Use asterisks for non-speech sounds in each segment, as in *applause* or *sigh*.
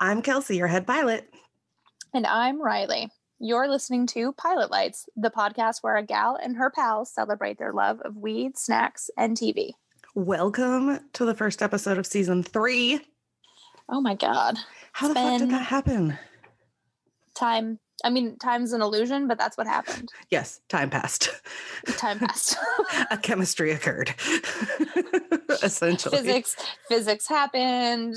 I'm Kelsey, your head pilot. And I'm Riley. You're listening to Pilot Lights, the podcast where a gal and her pals celebrate their love of weed, snacks, and TV. Welcome to the first episode of season three. Oh my God. How the fuck Spin. did that happen? Time. I mean, time's an illusion, but that's what happened. Yes, time passed. *laughs* Time passed. *laughs* A chemistry occurred, *laughs* essentially. physics, physics happened.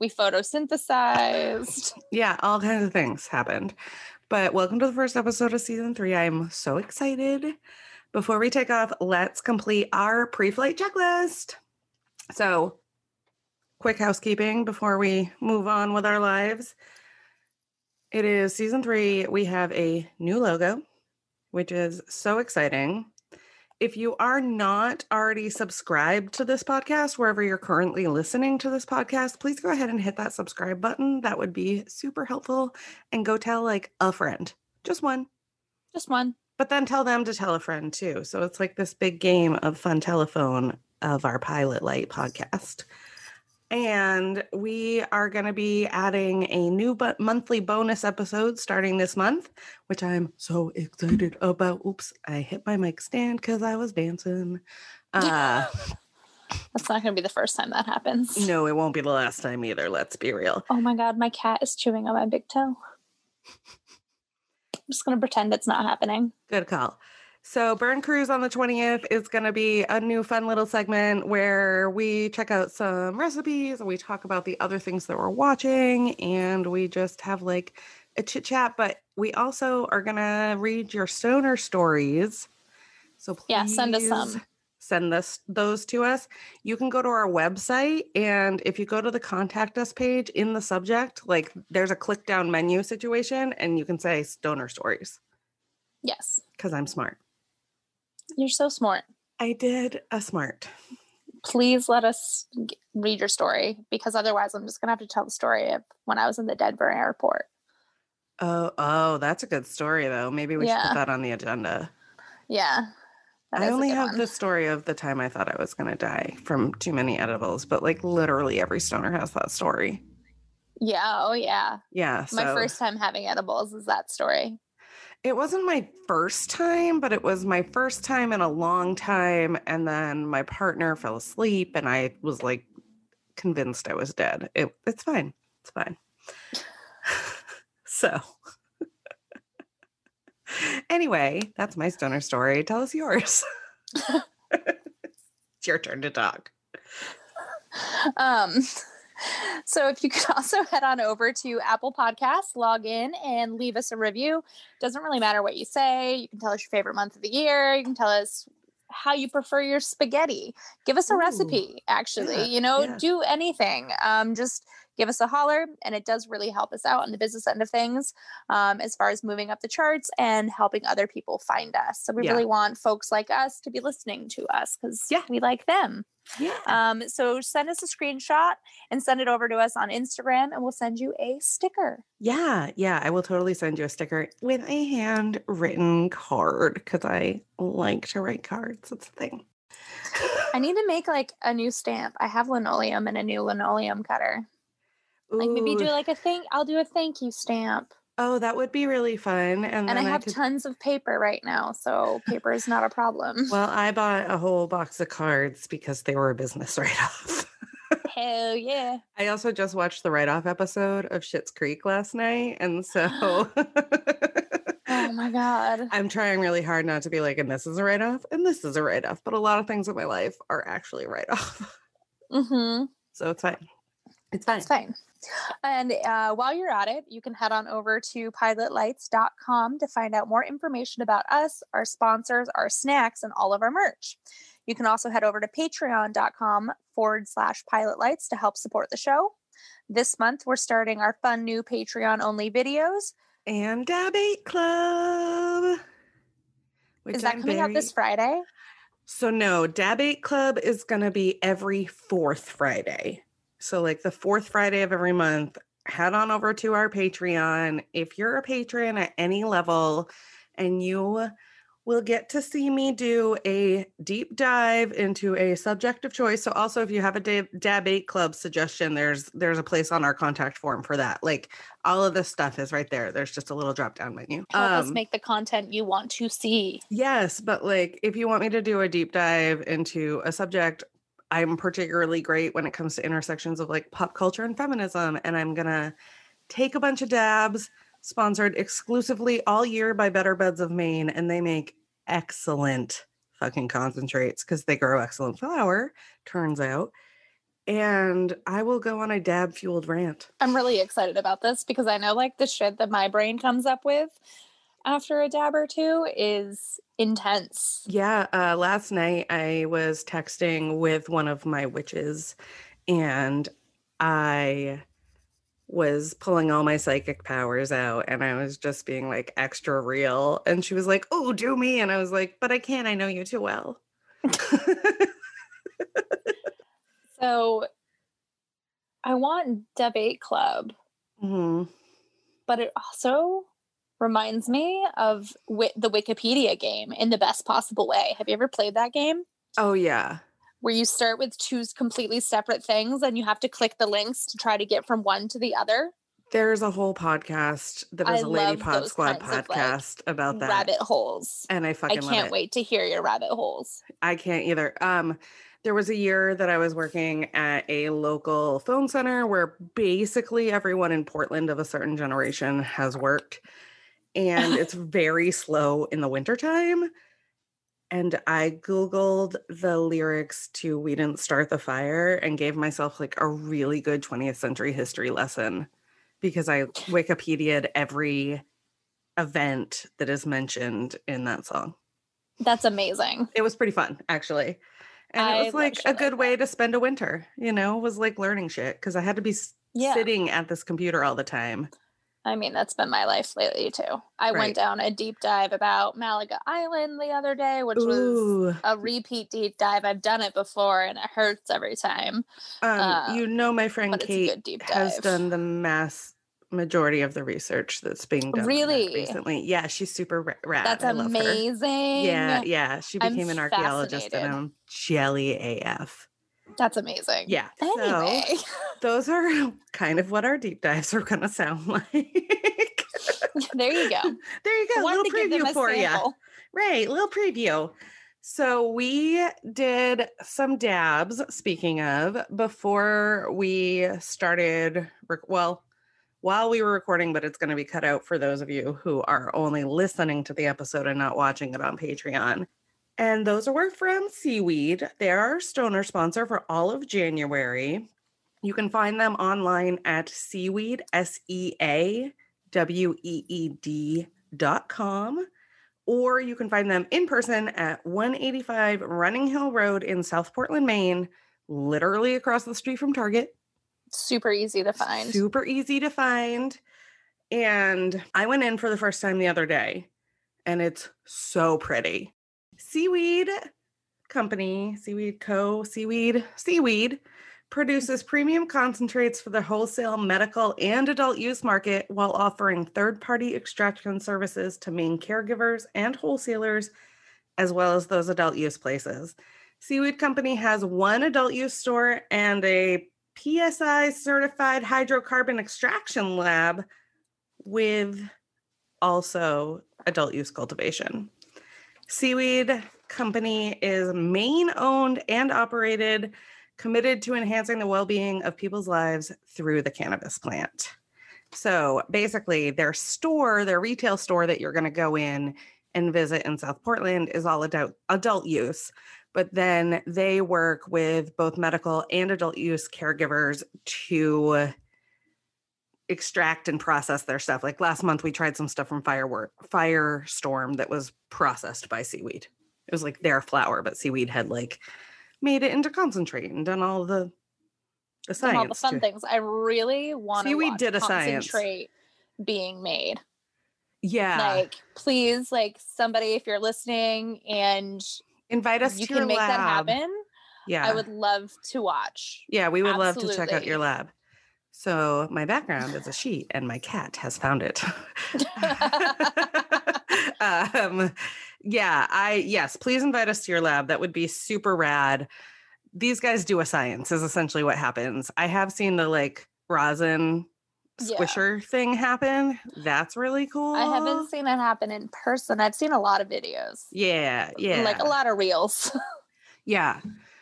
We photosynthesized. Yeah, all kinds of things happened. But welcome to the first episode of season three. I'm so excited. Before we take off, let's complete our pre flight checklist. So, quick housekeeping before we move on with our lives. It is season three. We have a new logo, which is so exciting. If you are not already subscribed to this podcast, wherever you're currently listening to this podcast, please go ahead and hit that subscribe button. That would be super helpful. And go tell like a friend, just one, Just one. but then tell them to tell a friend too. So it's like this big game of fun telephone of our Pilot Light podcast. And we are going to be adding a new bu- monthly bonus episode starting this month, which I'm so excited about. Oops, I hit my mic stand because I was dancing. Uh, That's not going to be the first time that happens. no, it won't be the last time either. Let's be real. Oh my God, my cat is chewing on my big toe. I'm just going to pretend it's not happening. Good call. So, Burn Cruise on the 20th is going to be a new fun little segment where we check out some recipes and we talk about the other things that we're watching and we just have like a chit chat. But we also are going to read your stoner stories. So, please Yeah, send us some. Send us those to us. You can go to our website, and if you go to the contact us page in the subject, like there's a click down menu situation, and you can say stoner stories Yes, because I'm smart. you're so smart. I did a smart. Please let us g- read your story because otherwise, I'm just going to have to tell the story of when I was in the Denver airport. Oh, oh, that's a good story though. Maybe we should Yeah. put that on the agenda. Yeah. that I is a only good have one. the story of the time I thought I was going to die from too many edibles, but like literally every stoner has that story. Yeah. Oh, yeah. Yeah, so My first time having edibles is that story. it wasn't my first time, but it was my first time in a long time and then my partner fell asleep and I was like convinced I was dead. It, it's fine. It's fine. *laughs* so *laughs* anyway, that's my stoner story. Tell us yours. *laughs* it's your turn to talk. Um, *laughs* so if you could *laughs* also head on over to Apple Podcasts, log in and leave us a review. Doesn't really matter what you say. You can tell us your favorite month of the year. You can tell us how you prefer your spaghetti. Give us a Ooh, recipe, actually. yeah, you know, yeah. do anything. Um, just give us a holler, and it does really help us out on the business end of things um, as far as moving up the charts and helping other people find us. So we Yeah. really want folks like us to be listening to us because Yeah. we like them. Yeah. Um, so send us a screenshot and send it over to us on Instagram, and we'll send you a sticker. Yeah, yeah, I will totally send you a sticker with a handwritten card because I like to write cards. It's a thing. I need to make like a new stamp. I have linoleum and a new linoleum cutter. Like maybe do Ooh, like a thank. I'll do a thank you stamp. oh, that would be really fun. And, And, then I have could, tons of paper right now, so paper is not a problem. well, I bought a whole box of cards because they were a business *laughs* write off. *laughs* Hell yeah! I also just watched the write off episode of Shits Creek last night. And *laughs* *gasps* so Oh my god! I'm trying really hard not to be like, and this is a write off, and this is a write off. But a lot of things in my life are actually write off. Mm-hmm. *laughs* So it's fine. It's fine. It's fine. And uh, while you're at it, you can head on over to pilotlights.com to find out more information about us, our sponsors, our snacks, and all of our merch. You can also head over to patreon.com forward slash pilotlights to help support the show. This month, we're starting our fun new Patreon only videos. And Debate Club. Which Is that I'm coming out this very- Friday? So no, Dabate Club is going to be every fourth Friday. So like the fourth Friday of every month, head on over to our Patreon. If you're a patron at any level and you will get to see me do a deep dive into a subject of choice. So also if you have a dab, dab 8 club suggestion, there's there's a place on our contact form for that. Like all of this stuff is right there. There's just a little drop down menu. Help us Um, make the content you want to see. Yes, but like if you want me to do a deep dive into a subject, I'm particularly great when it comes to intersections of like pop culture and feminism. And I'm going to take a bunch of dabs, sponsored exclusively all year by Better Beds of Maine. And they make excellent fucking concentrates because they grow excellent flour, turns out. And I will go on a dab fueled rant. I'm really excited about this because I know like the shit that my brain comes up with after a dab or two is intense. Yeah, uh, last night I was texting with one of my witches, and I was pulling all my psychic powers out, and I was just being like extra real. And she was like, "Oh, do me," and I was like, "But I can't. I know you too *laughs* well." Mm-hmm. So I want debate club, Mhm. but it also reminds me of wi- the Wikipedia game in the best possible way. Have you ever played that game? Oh yeah, where you start with two completely separate things and you have to click the links to try to get from one to the other there's a whole podcast that I is a Lady love Pod those Squad kinds of, like, podcast about that, rabbit holes. and I I fucking love can't it. wait to hear your rabbit holes. I can't either. Um, there was a year that I was working at a local phone center where basically everyone in Portland of a certain generation has worked. And it's very slow in the wintertime. And I Googled the lyrics to We Didn't Start the Fire and gave myself like a really good 20th century history lesson because I Wikipedia'd every event that is mentioned in that song That's amazing. it was pretty fun actually and I it was love like shit a like good way that. to spend a winter you know was like learning shit because i had to be s- Yeah. sitting at this computer all the time I mean, that's been my life lately too. I Right. went down a deep dive about Malaga Island the other day, which was ooh a repeat deep dive. I've done it before and it hurts every time. um, uh, you know my friend but it's a kate good deep has dive. done the mass majority of the research that's being done on that Really? recently yeah she's super ra- rad That's I love her. amazing. yeah yeah she I'm became an archaeologist and fascinated. i'm jelly af That's amazing. yeah Anyway. *laughs* so those are *laughs* kind of what our deep dives are gonna sound *laughs* like there you go. *laughs* There you go. Wanted little to give them preview a for you. sample. Right. Little preview. So we did some dabs, speaking of, before we started. Rec- well, while we were recording, but it's going to be cut out for those of you who are only listening to the episode and not watching it on Patreon. And those were from Seaweed. They are our stoner sponsor for all of January. You can find them online at seaweed, S E A W E E D dot com, or you can find them in person at 185 Running Hill Road in South Portland, Maine, literally across the street from Target. Super easy to find. Super easy to find. And I went in for the first time the other day, and it's so pretty. Seaweed Company, Seaweed Co., Seaweed, Seaweed produces premium concentrates for the wholesale, medical, and adult use market while offering third party extraction services to main caregivers and wholesalers, as well as those adult use places. Seaweed Company has one adult use store and a PSI certified hydrocarbon extraction lab with also adult use cultivation. Seaweed Company is Maine owned and operated, committed to enhancing the well being of people's lives through the cannabis plant. So basically, their store, their retail store that you're going to go in and visit in South Portland is all adult, adult use but then they work with both medical and adult use caregivers to extract and process their stuff. Like last month, we tried some stuff from Firework Firestorm that was processed by seaweed. It was like their flower, but seaweed had like made it into concentrate and done all the the Some science. all the fun to- things. I really want to See, we watch did a science. concentrate being made. Yeah, Like, please, like somebody, if you're listening and invite us you to your can make lab. that happen, Yeah, I would love to watch. *laughs* *laughs* Yeah, we would love to check out your Absolutely. lab. So my background is a sheet, *laughs* and my cat has found it. um, yeah, I yes, please invite us to your lab. That would be super rad. These guys do a science is essentially what happens. I have seen the like rosin Yeah. squisher thing happen. That's really cool. I haven't seen it happen in person. I've seen a lot of videos. Yeah, yeah. Like a lot of reels. Yeah.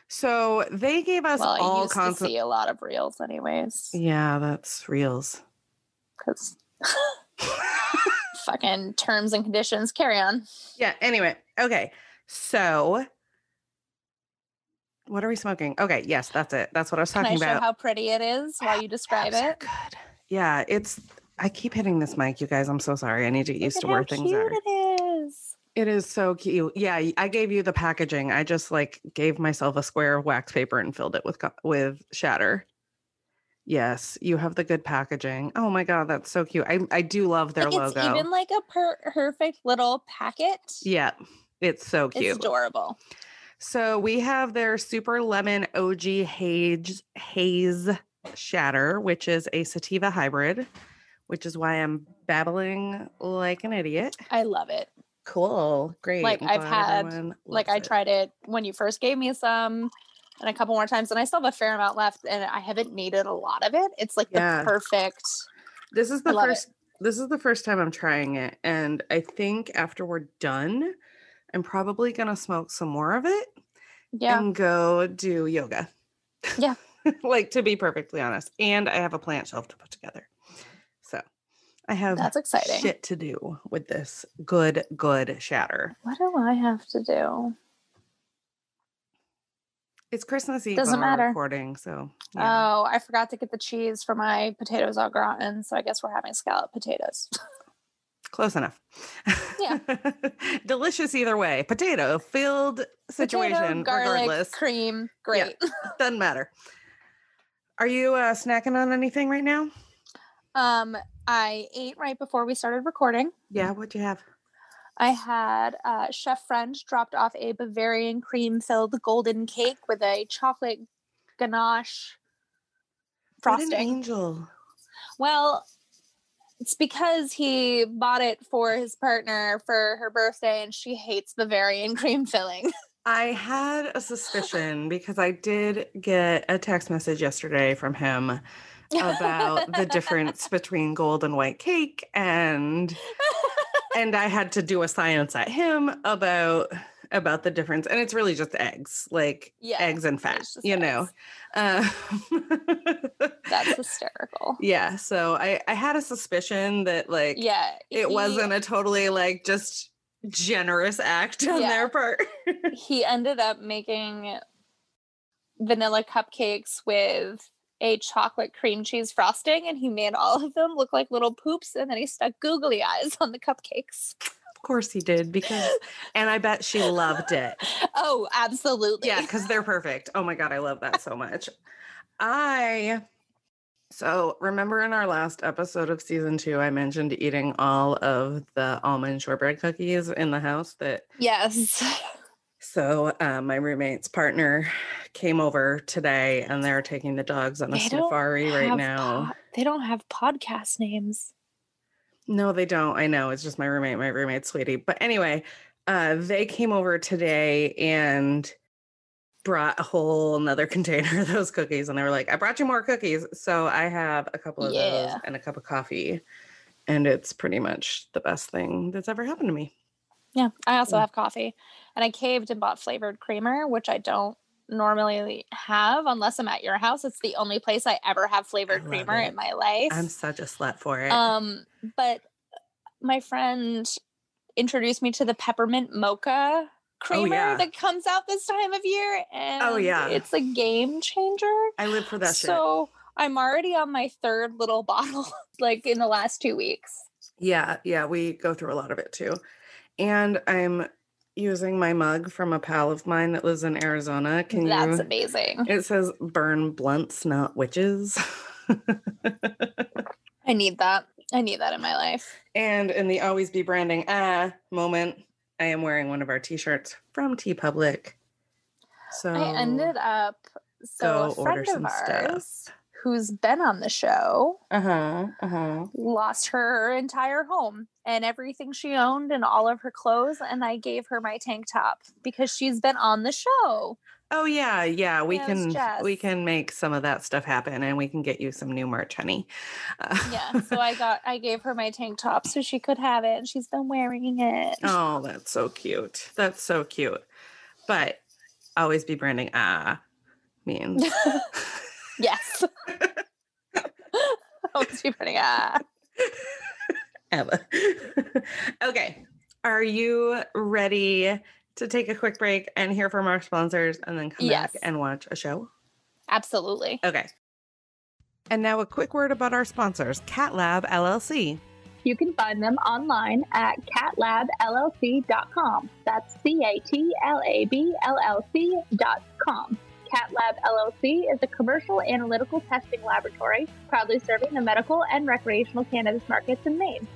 So they gave us *laughs* well, I all used kinds to see a lot of reels anyways. Yeah, that's reels. *laughs* Because fucking terms and conditions. Carry on. yeah, anyway. Okay. So what are we smoking? Okay, yes, that's it. That's what I was Can I talking show about. how pretty it is while you describe Abs are it? Good. Yeah, it's I keep hitting this mic, you guys. I'm so sorry. I need to get used Look to at where how things cute are. it is. It is so cute. Yeah, y- I gave you the packaging. I just like gave myself a square of wax paper and filled it with co- with shatter. Yes, you have the good packaging. Oh my god, that's so cute. I I do love their like it's logo. even like a per- perfect little packet. yeah, it's so It's cute. adorable. so we have their super lemon OG haze haze shatter, which is a sativa hybrid, which is why I'm babbling like an idiot. I love it. Cool, great. Like, I'm I've glad had- everyone like loves I it. tried it when you first gave me some and a couple more times and I still have a fair amount left and I haven't needed a lot of it. It's like Yeah. the perfect This is the love it. first this is the first time I'm trying it and I think after we're done I'm probably going to smoke some more of it yeah. and go do yoga. Yeah. *laughs* like to be perfectly honest and I have a plant shelf to put together. So I have That's exciting. shit to do with this good good shatter. What do I have to do? It's Christmas Eve Doesn't when we're matter. recording so yeah. Oh, I forgot to get the cheese for my potatoes au gratin, so I guess we're having scalloped potatoes. *laughs* close enough. Yeah. *laughs* Delicious either way. Potato filled situation Potato, garlic, regardless. cream, great. Doesn't matter. Are you uh, snacking on anything right now? Um, I ate right before we started recording. Yeah, what'd you have? I had uh, Chef French dropped off a Bavarian cream filled golden cake with a chocolate ganache What an frosting. angel. Well, it's because he bought it for his partner for her birthday and she hates Bavarian *laughs* cream filling. I had a suspicion because I did get a text message yesterday from him about the difference between gold and white cake and and I had to do a science at him about about the difference and it's really just eggs like Yeah, eggs and fat it's just you know Um, uh, That's hysterical. *laughs* yeah so I I had a suspicion that like Yeah. *laughs* it he- wasn't a totally like just generous act on Yeah. their part. he ended up making vanilla cupcakes with a chocolate cream cheese frosting and he made all of them look like little poops and then he stuck googly eyes on the cupcakes. of course he did because and I bet she loved it. Oh, *laughs* absolutely. Yeah, cuz they're perfect. Oh my god, I love that so much. I so remember in our last episode of season 2 I mentioned eating all of the almond shortbread cookies in the house that Yes. so uh, my roommate's partner came over today and they're taking the dogs on a They don't safari right Have now. pod- they don't have podcast names. No, they don't. I know. It's just my roommate, my roommate, sweetie. But anyway, uh, they came over today and brought a whole another *laughs* container of those cookies. And they were like, I brought you more cookies. So I have a couple of Yeah. those and a cup of coffee. And it's pretty much the best thing that's ever happened to me. Yeah. I also Yeah. have coffee and I caved and bought flavored creamer, which I don't normally have unless I'm at your house. It's the only place I ever have flavored love creamer it. in my life. I'm such a slut for it. Um, but my friend introduced me to the peppermint mocha creamer Oh, yeah. Oh, that comes out this time of year, and yeah. it's a game changer. I live for that shit. so I'm already on my third little *laughs* bottle, like in the last two weeks. Yeah. Yeah. We go through a lot of it too. And I'm using my mug from a pal of mine that lives in Arizona. Can you? That's amazing. It says burn blunts, not witches. *laughs* I need that. I need that in my life. and in the always be branding ah moment, I am wearing one of our t-shirts from T Public. So I ended up so go a order friend of Oh. some stuff. ours who's been on the show, Uh huh. Uh huh. lost her entire home and everything she owned and all of her clothes. And I gave her my tank top because she's been on the show. Oh yeah, yeah. We Yeah, it was can Jess. we can make some of that stuff happen, and we can get you some new merch, honey. *laughs* Uh, Yeah. So I got, I gave her my tank top so she could have it and she's been wearing it. oh, that's so cute. That's so cute. But always be branding ah means Yes. *laughs* oh, it's too pretty. Ah. Eva. *laughs* okay. Are you ready to take a quick break and hear from our sponsors and then come Yes. back and watch a show? Absolutely. Okay. And now a quick word about our sponsors, Cat Lab LLC. You can find them online at catlabllc.com. That's C A T L A B L L C dot com. CatLab LLC is a commercial analytical testing laboratory proudly serving the medical and recreational cannabis markets in Maine.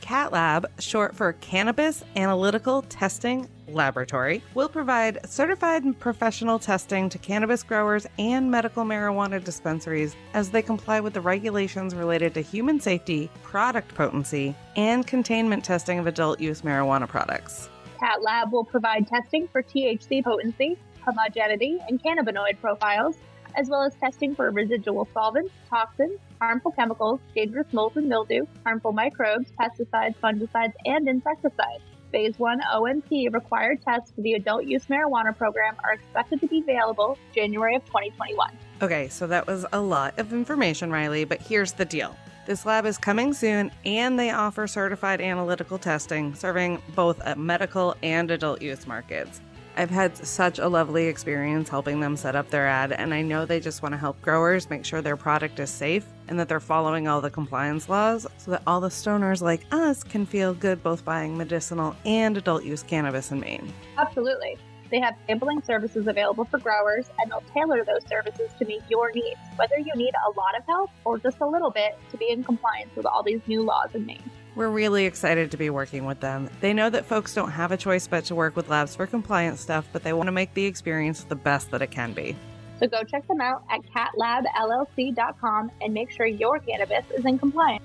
Cat Lab, short for Cannabis Analytical Testing Laboratory, will provide certified and professional testing to cannabis growers and medical marijuana dispensaries as they comply with the regulations related to human safety, product potency, and containment testing of adult use marijuana products. Cat Lab will provide testing for THC potency, homogeneity, and cannabinoid profiles, as well as testing for residual solvents, toxins, harmful chemicals, dangerous molds and mildew, harmful microbes, pesticides, fungicides, and insecticides. Phase 1 OMP required tests for the adult use marijuana program are expected to be available January of 2021. Okay, so that was a lot of information, Riley, but here's the deal. This lab is coming soon, and they offer certified analytical testing serving both uh, medical and adult use markets. I've had such a lovely experience helping them set up their ad, and I know they just want to help growers make sure their product is safe and that they're following all the compliance laws so that all the stoners like us can feel good both buying medicinal and adult use cannabis in Maine. Absolutely. They have sampling services available for growers, and they'll tailor those services to meet your needs, whether you need a lot of help or just a little bit to be in compliance with all these new laws in Maine. We're really excited to be working with them. They know that folks don't have a choice but to work with labs for compliance stuff, but they want to make the experience the best that it can be. So go check them out at catlabllc.com and make sure your cannabis is in compliance.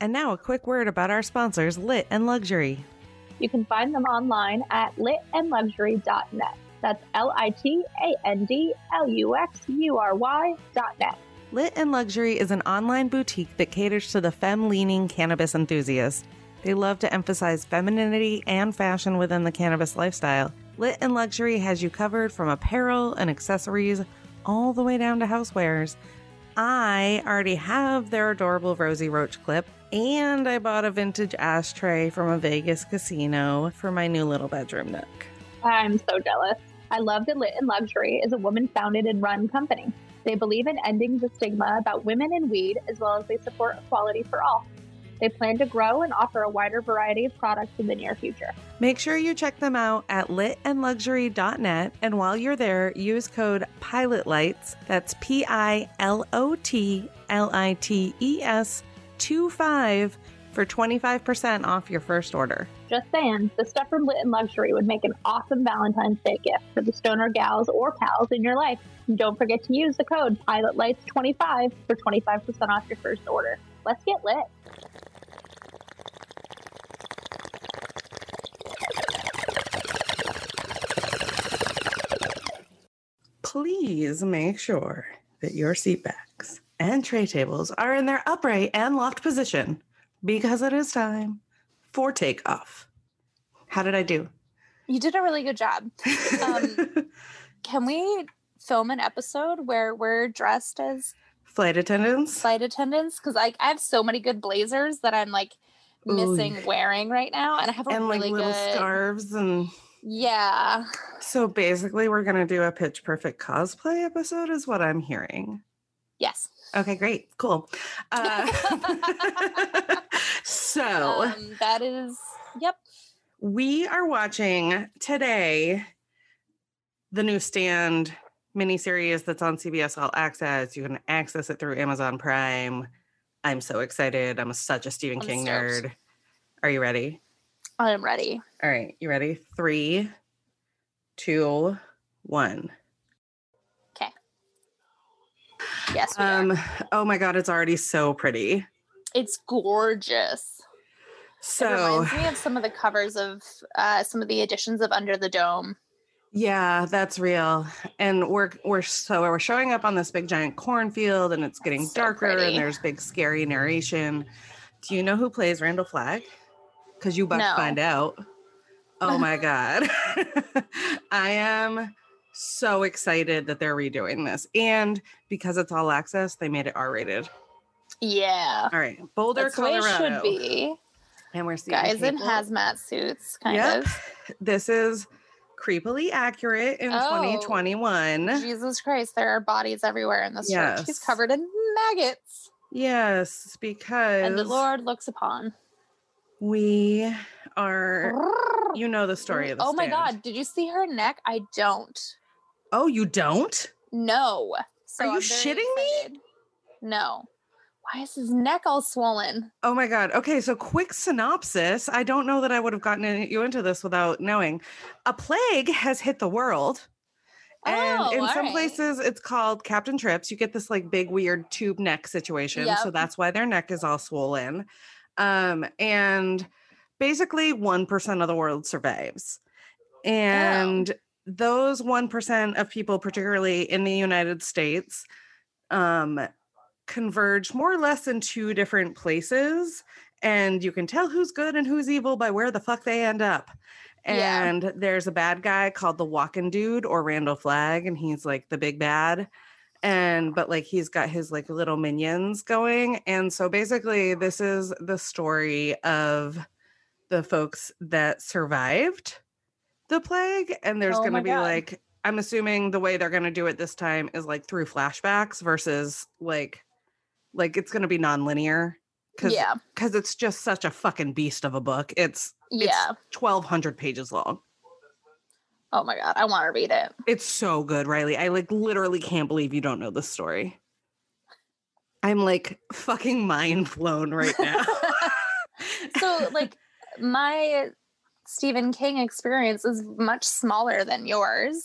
And now, a quick word about our sponsors, Lit and Luxury. You can find them online at litandluxury.net. That's L I T A N D L U X U R Y dot net. Lit and Luxury is an online boutique that caters to the femme leaning cannabis enthusiast. They love to emphasize femininity and fashion within the cannabis lifestyle. Lit and Luxury has you covered from apparel and accessories all the way down to housewares. I already have their adorable Rosie Roach clip, and I bought a vintage ashtray from a Vegas casino for my new little bedroom nook. I'm so jealous. I love that Lit and Luxury is a woman founded and run company. They believe in ending the stigma about women and weed, as well as they support equality for all. They plan to grow and offer a wider variety of products in the near future. Make sure you check them out at litandluxury.net. And while you're there, use code PILOTLIGHTS, that's P I L O T L I T E S 25 for 25% off your first order. Just saying, the stuff from Lit and Luxury would make an awesome Valentine's Day gift for the stoner gals or pals in your life. And don't forget to use the code PILOTLIGHTS25 for 25% off your first order. Let's get lit. Please make sure that your seat backs and tray tables are in their upright and locked position because it is time for takeoff. How did I do? You did a really good job. Um, Can we film an episode where we're dressed as *laughs* Flight attendants? flight attendants? Because like I have so many good blazers that I'm like Ooh. missing wearing right now, and I have a and like really little good. scarves and Yeah, so basically we're going to do a pitch perfect cosplay episode is what i'm hearing yes. okay great cool uh, *laughs* so *laughs* Um, that is. Yep. we are watching today the newsstand miniseries that's on cbs all access you can access it through amazon prime i'm so excited i'm such a stephen I'm king stoked. nerd are you ready I am ready. All right, you ready? Three, two, one. Yes. we are. Um, oh my god, it's already so pretty. it's gorgeous. it So reminds me of some of the covers of uh, some of the editions of Under the Dome. yeah, that's real. And we're we're so we're showing up on this big giant cornfield, and it's getting It's so darker, pretty. and there's big scary narration. Do you know who plays Randall Flagg? Because you about No. to find out. Oh *laughs* my god, *laughs* I am so excited that they're redoing this, and because it's all access, they made it R rated. Yeah. All right, Boulder, That's the way it Colorado, should be. and we're seeing Guys in people- hazmat suits, kind Yep. of. *laughs* This is creepily accurate in Oh. 2021. Jesus Christ, there are bodies everywhere in this church. He's Yes. covered in maggots. Yes, And the because Lord looks upon. we are, Oh you know, the story of the my stand. God. Did you see her neck? I don't. Oh, you don't? No. So Are you I'm very shitting me? excited. No. Why is his neck all swollen? Oh my God. Okay, so quick synopsis. I don't know that I would have gotten in- you into this without knowing. A plague has hit the world. And Oh, in all some right. places, it's called Captain Trips. You get this like big, weird tube neck situation. So Yep. that's why their neck is all swollen. Um, and basically, 1% of the world survives. Oh. And those 1% of people, particularly in the United States, um, converge more or less in two different places. And you can tell who's good and who's evil by where the fuck they end up. Yeah. And there's a bad guy called the Walking Dude or Randall Flagg, and he's like the big bad. And but like he's got his like little minions going. And so basically, this is the story of the folks that survived the plague. And there's Oh my gonna be God. like, I'm assuming the way they're gonna do it this time is like through flashbacks versus like like it's gonna be nonlinear. Cause Yeah. because it's just such a fucking beast of a book. It's it's Yeah. 1200 pages long. Oh my god, I want to *laughs* read it. It's so good, Riley. I like literally can't believe you don't know this story. I'm like fucking mind blown right now. So like my Stephen King experience is much smaller than yours.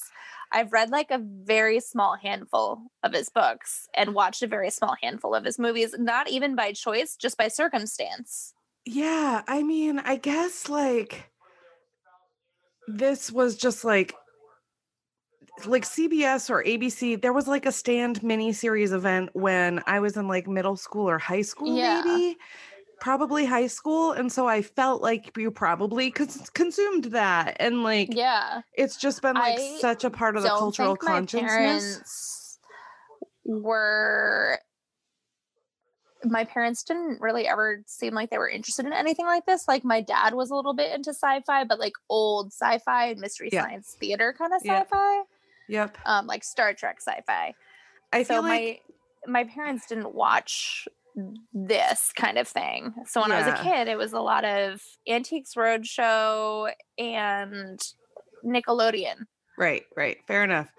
I've read like a very small handful of his books and watched a very small handful of his movies, not even by choice, just by circumstance. yeah, I mean, I guess like this was just like like CBS or ABC, there was like a stand mini series event when I was in like middle school or high school, Yeah. maybe probably high school. And so I felt like you probably cons- consumed that. And like, Yeah. it's just been like I such a part of the cultural consciousness. My parents were my parents didn't really ever seem like they were interested in anything like this. Like my dad was a little bit into sci-fi, but like old sci-fi and mystery Yeah. science theater kind of Yeah. sci-fi, Yep. um, like Star Trek sci-fi. I so feel like my my parents didn't watch this kind of thing. So when I was a Yeah. kid, it was a lot of Antiques Roadshow and Nickelodeon right, right. Fair enough.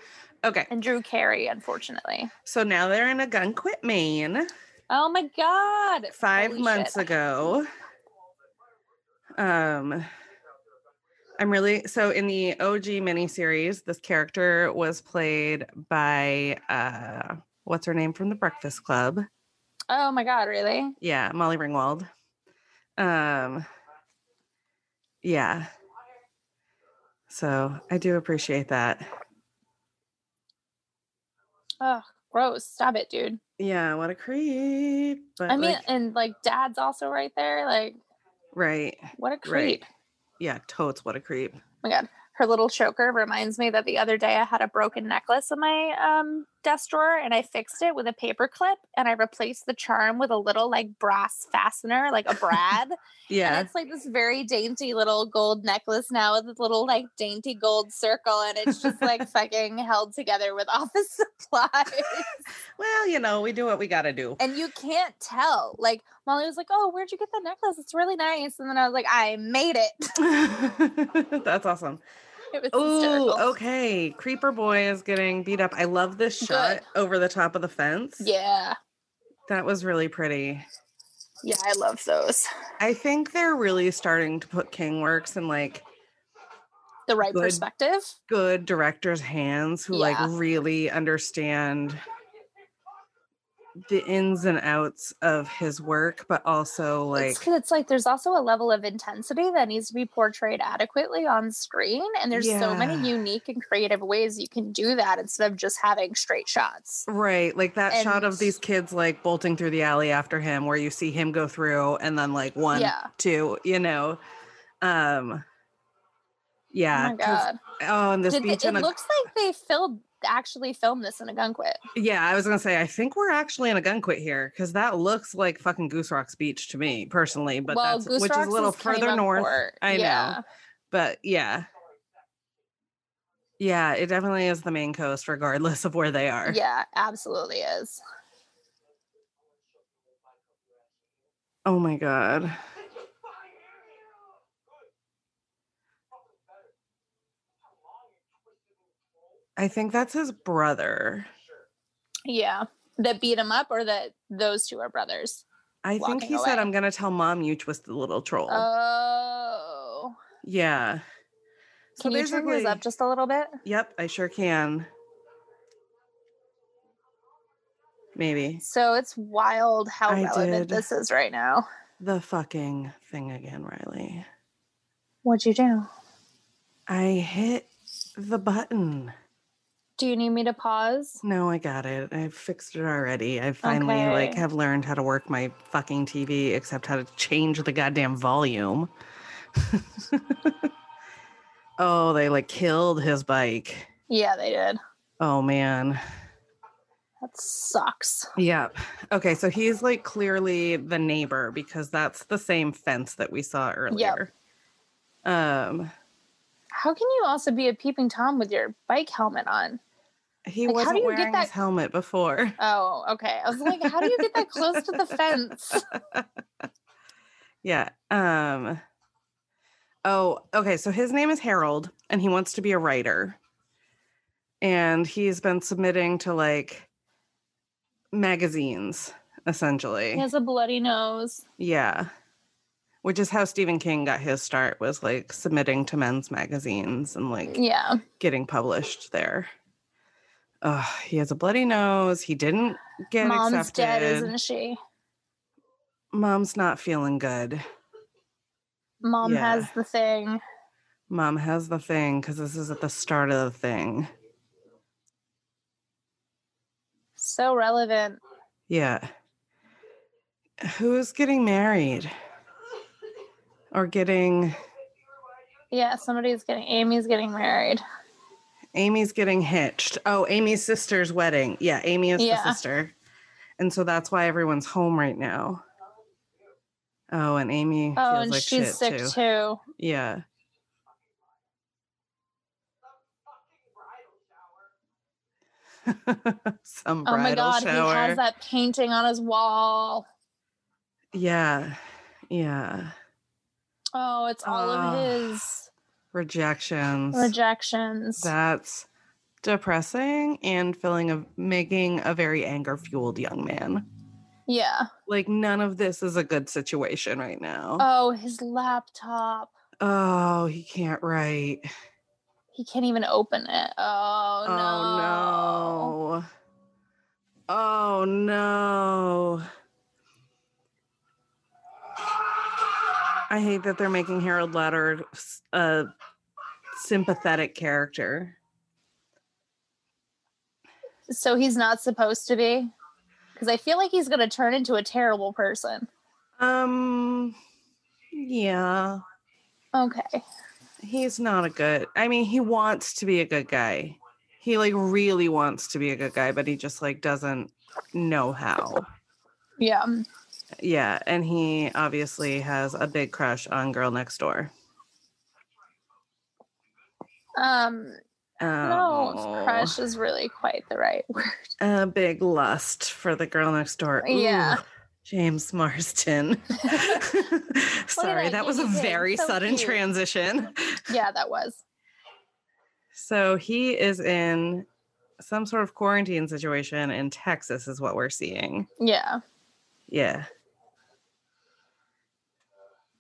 Okay. and Drew Carey, unfortunately. So now they're in Agunquit, Maine, Oh my god. five Holy months shit. ago. Um I'm really so in the OG miniseries, this character was played by uh what's her name from the Breakfast Club? Oh my god, really? Yeah, Molly Ringwald. Um yeah. So I do appreciate that. Oh, gross. Stop it, dude. Yeah, what a creep. But I mean, like, and like dad's also right there. Like, right. what a Right. creep. Yeah, totes, what a creep. Oh my god. Her little choker reminds me that the other day I had a broken necklace in my um, desk drawer and I fixed it with a paper clip and I replaced the charm with a little like brass fastener, like a brad. *laughs* And Yeah. it's like this very dainty little gold necklace now with a little like dainty gold circle and it's *laughs* just like fucking held together with office *laughs* supplies. Well, you know, we do what we got to do. and you can't tell. Like Molly was like, "Oh, where'd you get the necklace? It's really nice." And then I was like, "I made it." *laughs* *laughs* That's awesome. It was hysterical. Oh, okay. Creeper boy is getting beat up. I love this shot over the top of the fence. Yeah, That was really pretty. Yeah, I love those. I think they're really starting to put Kingworks in like The right Good. perspective. good directors' hands who like Yeah. really understand the ins and outs of his work, but also like It's 'cause it's like there's also a level of intensity that needs to be portrayed adequately on screen. And there's so Yeah. many unique and creative ways you can do that instead of just having straight shots. Oh Right, like that shot of And- these kids like bolting through the alley after him, where you see him go through and then like one, Yeah. two, you know. Um oh yeah. my 'cause- god. oh, and this Did they, beach it in a looks like they filled actually filmed this in a gunquit. yeah, I was gonna say I think we're actually in a gunquit here because that looks like fucking Goose Rock's beach to me personally, but well, that's Goose which is Rock's a little Came further Up north. Port. I know. yeah. but yeah yeah it definitely is the main coast regardless of where they are Yeah, absolutely is. oh my god i think that's his brother Yeah. That beat him up or that those two are brothers. i think Walking he said away. i'm gonna tell mom you twisted the little troll Oh. yeah So Can you turn basically- those up just a little bit? yep i sure can maybe So it's wild how I did. relevant this is right now. the fucking thing again riley What'd you do? i hit the button Do you need me to pause? No, I got it. I fixed it already. I finally like Okay. have learned how to work my fucking TV, except how to change the goddamn volume. *laughs* oh, they like killed his bike. Yeah, they did. Oh man. That sucks. Yep. Okay, so he's like clearly the neighbor because that's the same fence that we saw earlier. Um How can you also be a peeping tom with your bike helmet on? he Like, how wasn't do you get wearing his that- helmet before. Oh, okay. I was like, how do you get that close to the fence? Yeah. Um Oh, okay. So his name is Harold and he wants to be a writer. And he's been submitting to like magazines essentially. He has a bloody nose. Yeah. Which is how Stephen King got his start was like submitting to men's magazines and like Yeah. getting published there. Ugh, he has a bloody nose. He didn't get Mom's accepted. dead, isn't she? Mom's not feeling good. Mom Yeah. has the thing. Mom has the thing because this is at the start of the thing. So relevant. Yeah. Who's getting married? Or getting Yeah, somebody's getting Amy's getting married. Amy's getting hitched. Oh, Amy's sister's wedding. Yeah, Amy is Yeah. the sister. And so that's why everyone's home right now. Oh, and Amy Oh, feels and like she's shit sick too. too. Oh Yeah. Some Oh bridal my god, shower. he has that painting on his wall. Yeah. Yeah. Oh, it's all Ah. of his Rejections. rejections. That's depressing and filling of making a very anger fueled young man. yeah. Like none of this is a good situation right now. Oh, his laptop. oh, he can't write. He can't even open it. Oh no. Oh no. Oh no. I hate that they're making Harold Ladder s- a sympathetic character. So he's not supposed to be? Because I feel like he's gonna turn into a terrible person. Um yeah. Okay. He's not a good. I mean, he wants to be a good guy. He like really wants to be a good guy, but he just like doesn't know how. Yeah. Yeah, and he obviously has a big crush on girl next door. Um Um, no, crush is really quite the right word. A big lust for the girl next door. Yeah. James Marston. *laughs* *laughs* Sorry, I that was a give you? very So sudden cute. transition. Yeah, that was. So he is in some sort of quarantine situation in Texas, is what we're seeing. Yeah. Yeah.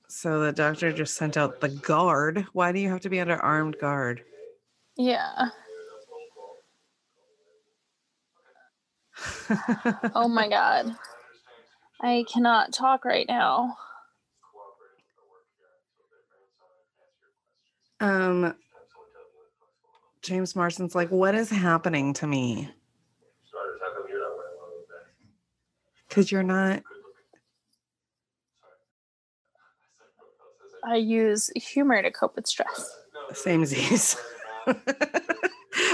So the doctor just sent out the guard. Why do you have to be under armed guard? *laughs* Yeah. Oh my god. I cannot talk right now. um, James Marsden's like, what is happening to me? Because you're not. I use humor to cope with stress. Same Z's. *laughs*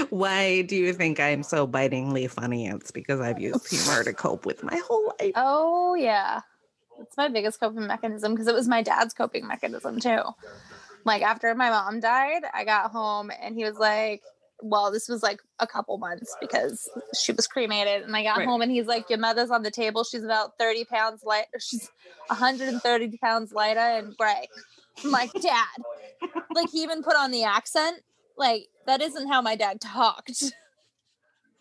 Why do you think I'm so bitingly funny? It's because I've used humor to cope with my whole life. Oh yeah. It's my biggest coping mechanism because it was my dad's coping mechanism too. Like after my mom died, I got home and he was like, well, this was like a couple months because she was cremated. And I got Right. home and he's like, Your mother's on the table. She's about 30 pounds light. She's 130 pounds lighter and gray. I'm like, Dad. like, he even put on the accent. Like, that isn't how my dad talked.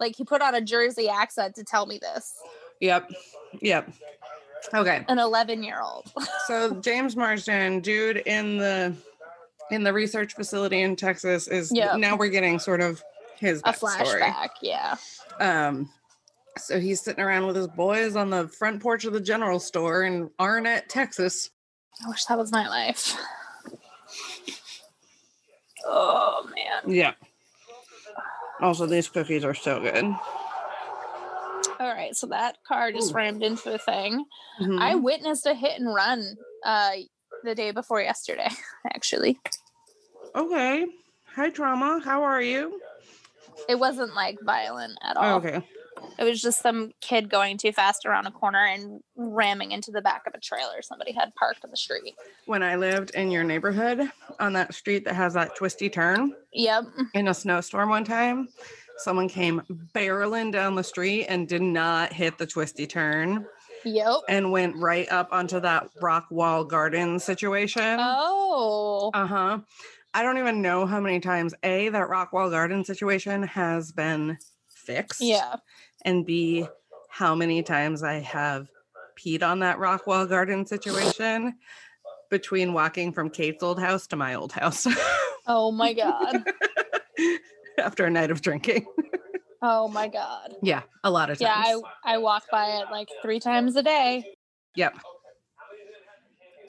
like, he put on a Jersey accent to tell me this. Yep. Yep. Okay. An 11 year old. So James Marsden, dude in the in the research facility in Texas is Yeah. now we're getting sort of his a backstory. flashback. Yeah. Um, so he's sitting around with his boys on the front porch of the general store in Arnett, Texas. I wish that was my life. *laughs* Oh, man. Yeah. Also, these cookies are so good. All right, so that car just Ooh. rammed into a thing. Mhm. I witnessed a hit and run uh, the day before yesterday, *laughs* actually. okay. Hi, trauma. How are you? It wasn't like violent at Oh, all. okay. It was just some kid going too fast around a corner and ramming into the back of a trailer somebody had parked on the street. When I lived in your neighborhood on that street that has that twisty turn, Yep. in a snowstorm one time, someone came barreling down the street and did not hit the twisty turn Yep. and went right up onto that rock wall garden situation. Oh. Uh huh. I don't even know how many times A, that rock wall garden situation has been fixed. Yeah. And B, how many times I have peed on that rock wall garden situation between walking from Kate's old house to my old house *laughs* Oh my God. after a night of drinking. oh my God. Yeah, a lot of times. Yeah, I, I walk by it like three times a day. Yep.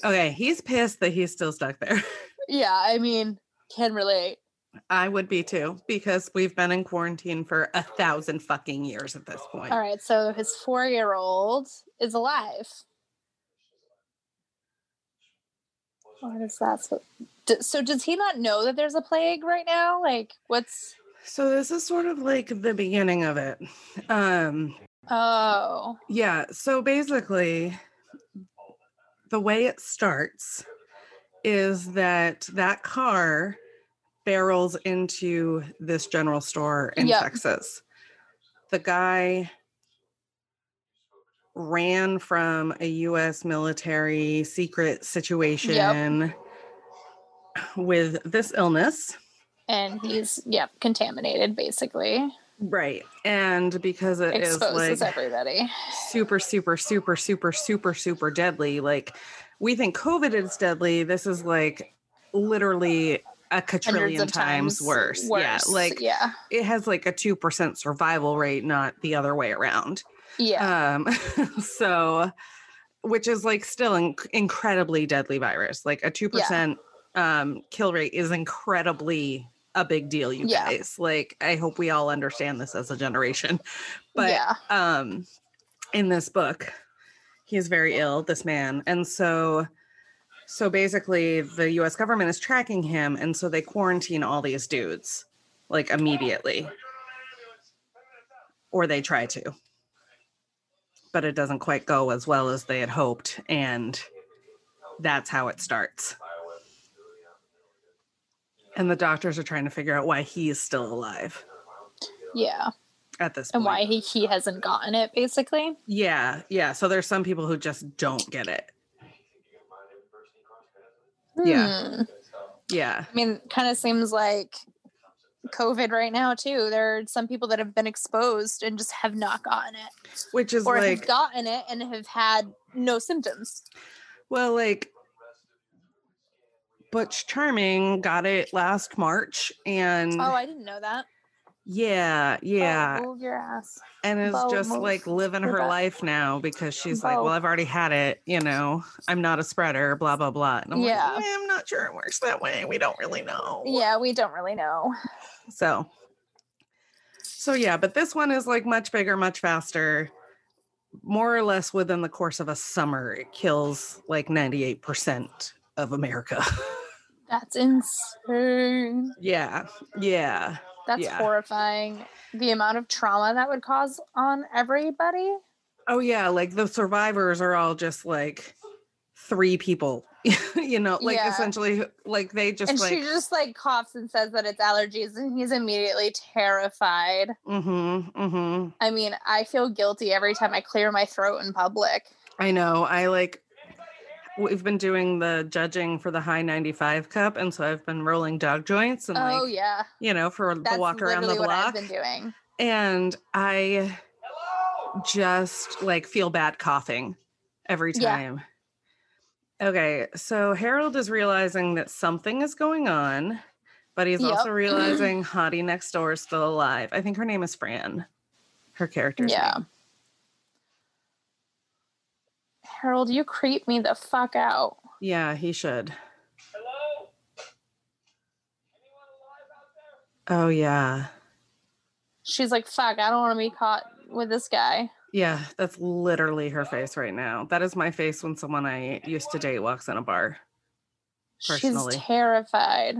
Okay, he's pissed that he's still stuck there. Yeah, I mean, can relate. I would be too, because we've been in quarantine for a thousand fucking years at this point. All right, so his four year old is alive. What is that? So, d- so does he not know that there's a plague right now? Like, what's? So this is sort of like the beginning of it. Um, Oh, yeah, so basically the way it starts is that that car barrels into this general store in Yep. Texas. The guy ran from a US military secret situation with this illness. and he's yep contaminated basically. Right. And because it is Exposes like everybody. super, super, super, super, super, super deadly. Like we think COVID is deadly. This is like literally a Hundreds quadrillion of times, worse. Yeah. Like yeah, it has like a 2% survival rate, not the other way around. yeah, Um, *laughs* so, which is like still an incredibly deadly virus. Like a 2% um, kill rate is incredibly a big deal, you Yeah. guys. Like I hope we all understand this as a generation. But yeah. um in this book he is very ill this man and so so basically the us government is tracking him and so they quarantine all these dudes like immediately or they try to but it doesn't quite go as well as they had hoped and that's how it starts and the doctors are trying to figure out why he is still alive yeah, at this and point why he, he hasn't gotten it basically. Yeah, yeah. So there's some people who just don't get it. Yeah. Hmm. Yeah. I mean, kind of seems like COVID right now too. There are some people that have been exposed and just have not gotten it, Which is or have like, gotten it and have had no symptoms. well, like Butch Charming got it last March, and Oh, I didn't know that. yeah, Mm. yeah, Oh, move your ass. and is Bo just moves like living with her that. life now because she's like, Bo. well, I've already had it, you know, I'm not a spreader, blah blah blah. And I'm Yeah. like, "Eh, I'm not sure it works that way. We don't really know. Yeah, we don't really know. So, so yeah, but this one is like much bigger, much faster. More or less within the course of a summer, it kills like 98% of America. *laughs* That's insane. yeah. Yeah. That's Yeah. horrifying. The amount of trauma that would cause on everybody. Oh, yeah. Like the survivors are all just like three people, *laughs* you know, like Yeah. essentially, like they just and like, she just like coughs and says that it's allergies, and he's immediately terrified. mm hmm, mm hmm. I mean, I feel guilty every time I clear my throat in public. I know. I like we've been doing the judging for the high 95 cup and so I've been rolling dog joints and oh like yeah, you know for the that's walk around the literally what block I've been doing. and I just like feel bad coughing every Yeah. time. Okay, so Harold is realizing that something is going on, but he's Yep. also realizing Hottie next door is still alive. I think her name is Fran. Her character's Yeah. name. Harold, you creep me the fuck out. Yeah, he should. Oh yeah. She's like, fuck, I don't want to be caught with this guy. Yeah, that's literally her face right now. That is my face when someone I used to date walks in a bar. Personally. She's terrified.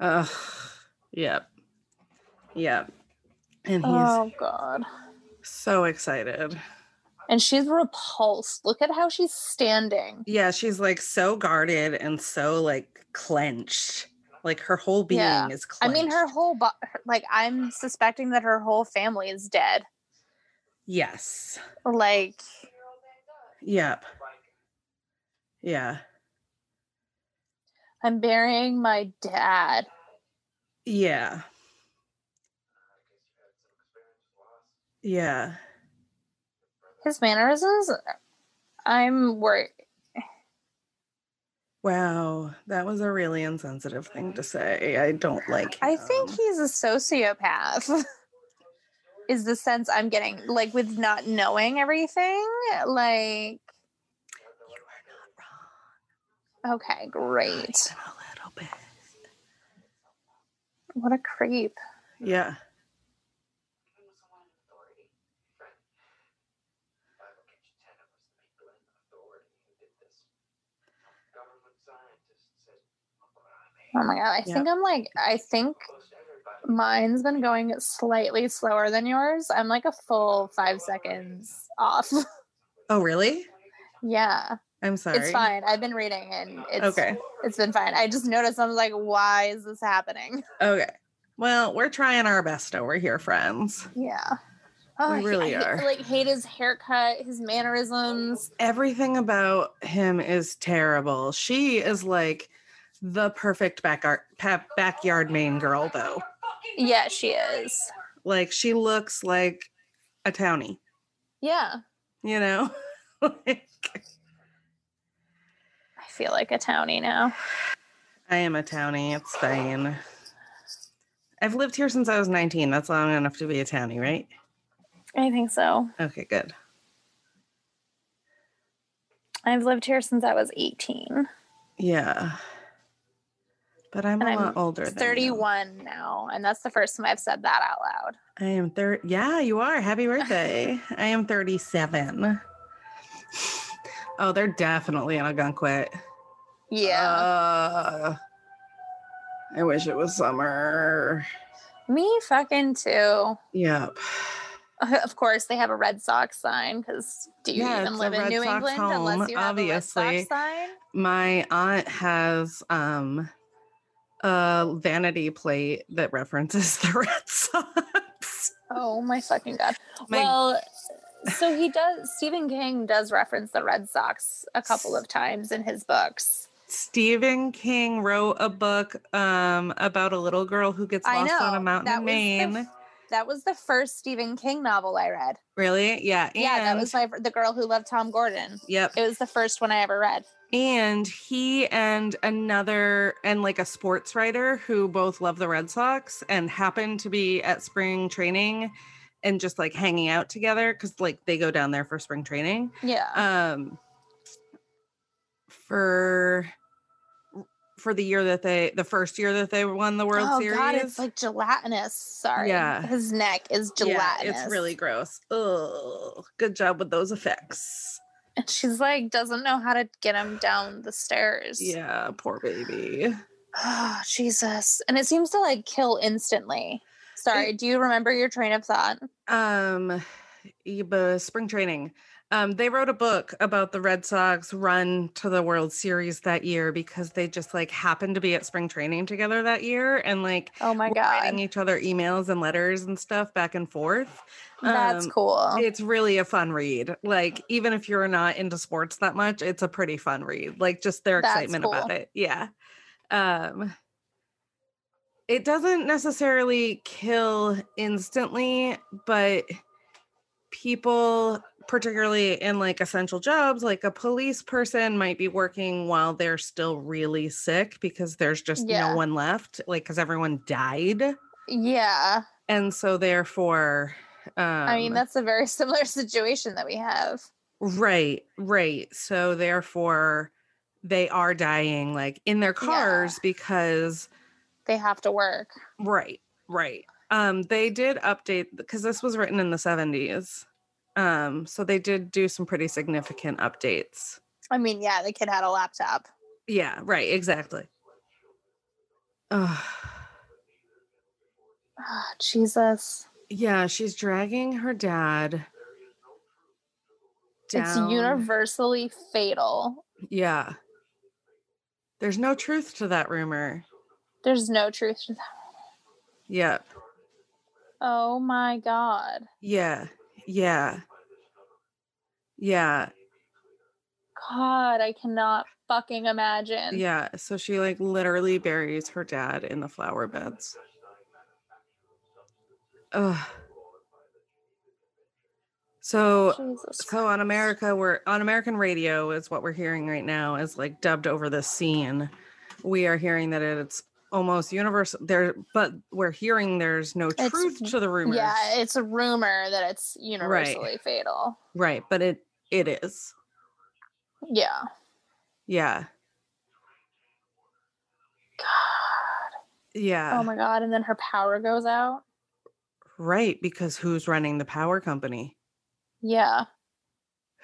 Ugh. Yep. Yep. And he's Oh god. so excited. And she's repulsed. Look at how she's standing. Yeah, she's like so guarded and so like clenched. Like her whole being Yeah. is I clenched. mean, her whole bo- her- like I'm suspecting that her whole family is dead. Yes. Like Yep. Yeah. I'm burying my dad. Yeah. Yeah. His mannerisms. I'm worried. Wow, that was a really insensitive thing to say. I don't like. Mm-hmm. I think him. he's a sociopath. *laughs* is the sense I'm getting like with not knowing everything. Like you are not wrong. okay, great. Even a little bit. What a creep. Yeah. Oh my god, I Yeah. think I'm like I think mine's been going slightly slower than yours. I'm like a full 5 seconds off. *laughs* Oh, really? yeah. I'm sorry. It's fine. I've been reading and it's Okay. it's been fine. I just noticed I was like why is this happening? *laughs* Okay. Well, we're trying our best over here, friends. Yeah. Oh, We I- really I, hate- are. like hate his haircut, his mannerisms. Everything about him is terrible. She is like the perfect backyard pa- backyard main girl, though. Yeah, she is. Like she looks like a townie. Yeah, You know. *laughs* Like, I feel like a townie now. I am a townie. It's fine. I've lived here since I was 19. That's long enough to be a townie, right? I think so. Okay, good. I've lived here since I was 18. Yeah. But I'm And a I'm lot older. than you. 31 now, and that's the first time I've said that out loud. I am 30. Yeah, you are. Happy birthday. I am 37. Oh, they're definitely in Algonquin. Yeah. Uh, I wish it was summer. Me fucking too. *laughs* Yep. Of course, they have a Red Sox sign because do you Yeah, even it's a live in Red New Sox England home, unless you have a obviously. Red Sox sign? my aunt has um a vanity plate that references *laughs* the Red Sox. *laughs* Oh my fucking god. My- well, so he does. Stephen King does reference the Red Sox a couple of times in his books. Stephen King wrote a book um about a little girl who gets I lost on know, a mountain that in was the Maine. f- That was the first Stephen King novel I read. Really? Yeah. yeah, that and- was my the girl who loved Tom Gordon. Yep. It was the first one I ever read. And he and another, and like a sports writer who both love the Red Sox and happened to be at spring training and just like hanging out together because like they go down there for spring training. Yeah. Um, for for the year that they the first year that they won the World oh Series. god, it's like gelatinous. Sorry. Yeah. His neck is Yeah, gelatinous. it's really gross. Oh, good job with those effects. and *laughs* she's like doesn't know how to get him down the stairs. Yeah, poor baby. Oh, Jesus. And it seems to like kill instantly. Sorry, do you remember your train of thought? um Eba spring training. Um, they wrote a book about the Red Sox run to the World Series that year because they just like happened to be at spring training together that year and like Oh my were writing god. each other emails and letters and stuff back and forth. That's Um, cool. It's really a fun read. Like even if you're not into sports that much, it's a pretty fun read. Like just their That's excitement about cool. it. Yeah. Um it doesn't necessarily kill instantly, but people particularly in like essential jobs like a police person might be working while they're still really sick because there's just Yeah. no one left like cuz everyone died yeah. and so therefore um, I mean, that's a very *laughs* similar situation that we have. Right, right. So therefore, they are dying like in their Yeah. cars because They have to work. right, right. Um, they did update because this was written in the seventies. Um, so they did do some pretty significant updates. I mean, yeah, the kid had a laptop. Yeah, right, exactly. Ugh. Oh, Jesus. yeah, she's dragging her dad. down. It's universally fatal. Yeah. There's no truth to that rumor. There's no truth to that. Yep. Oh my God. Yeah. Yeah. Yeah. God, I cannot fucking imagine. Yeah. So she like literally buries her dad in the flower beds. Ugh. So Jesus. so on America we're on American radio is what we're hearing right now is like dubbed over this scene. We are hearing that it's almost universal there but we're hearing there's no It's- truth to the rumors. Yeah, it's a rumor that it's universally fatal. Right, but it it is. Yeah. Yeah. God. Yeah. oh my God. And then her power goes out. Right, because who's running the power company? Yeah.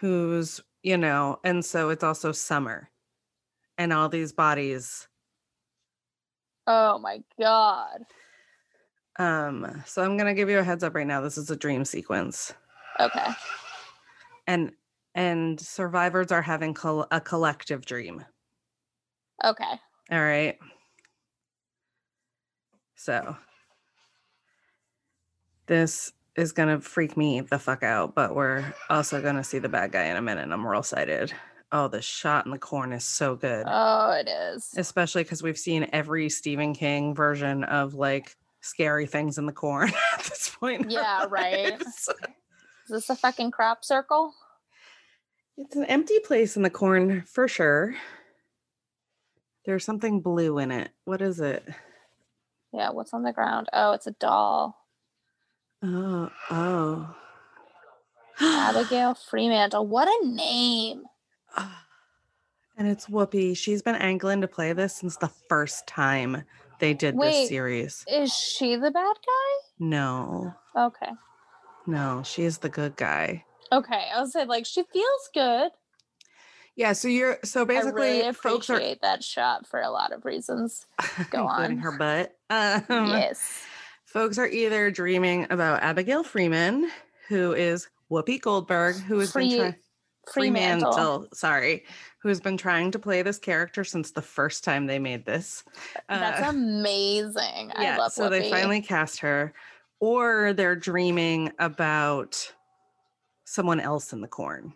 Who's, you know, and so it's also summer and all these bodies. Oh my God. Um, so I'm gonna give you a heads up right now. This is a dream sequence. Okay. And and survivors are having col- a collective dream. Okay. All right. So this is gonna freak me the fuck out, but we're also gonna see the bad guy in a minute. and I'm real excited. Oh, the shot in the corn is so good. Oh, it is. especially because we've seen every Stephen King version of like scary things in the corn *laughs* at this point. in *laughs* our Yeah, right. lives. Is this a fucking crop circle? It's an empty place in the corn for sure. There's something blue in it. What is it? Yeah. What's on the ground? Oh, it's a doll. Oh, oh. Abigail Fremantle. What a name. *gasps* and it's Whoopi. She's been angling to play this since the first time they did Wait. this series. Is she the bad guy? No, Okay. no, she is the good guy. Okay. I was saying, like, she feels good. Yeah, so you're so basically I really folks are appreciate that shot for a lot *laughs* of reasons. Go including on. her butt. Um, yes. Folks are either dreaming about Abigail Freeman, who is Whoopi Goldberg, who has Free- been trying Fremantle. sorry, who has been trying to play this character since the first time they made this. That's Uh, amazing. I love so they Whoopi. finally cast her, or they're dreaming about someone else in the corn.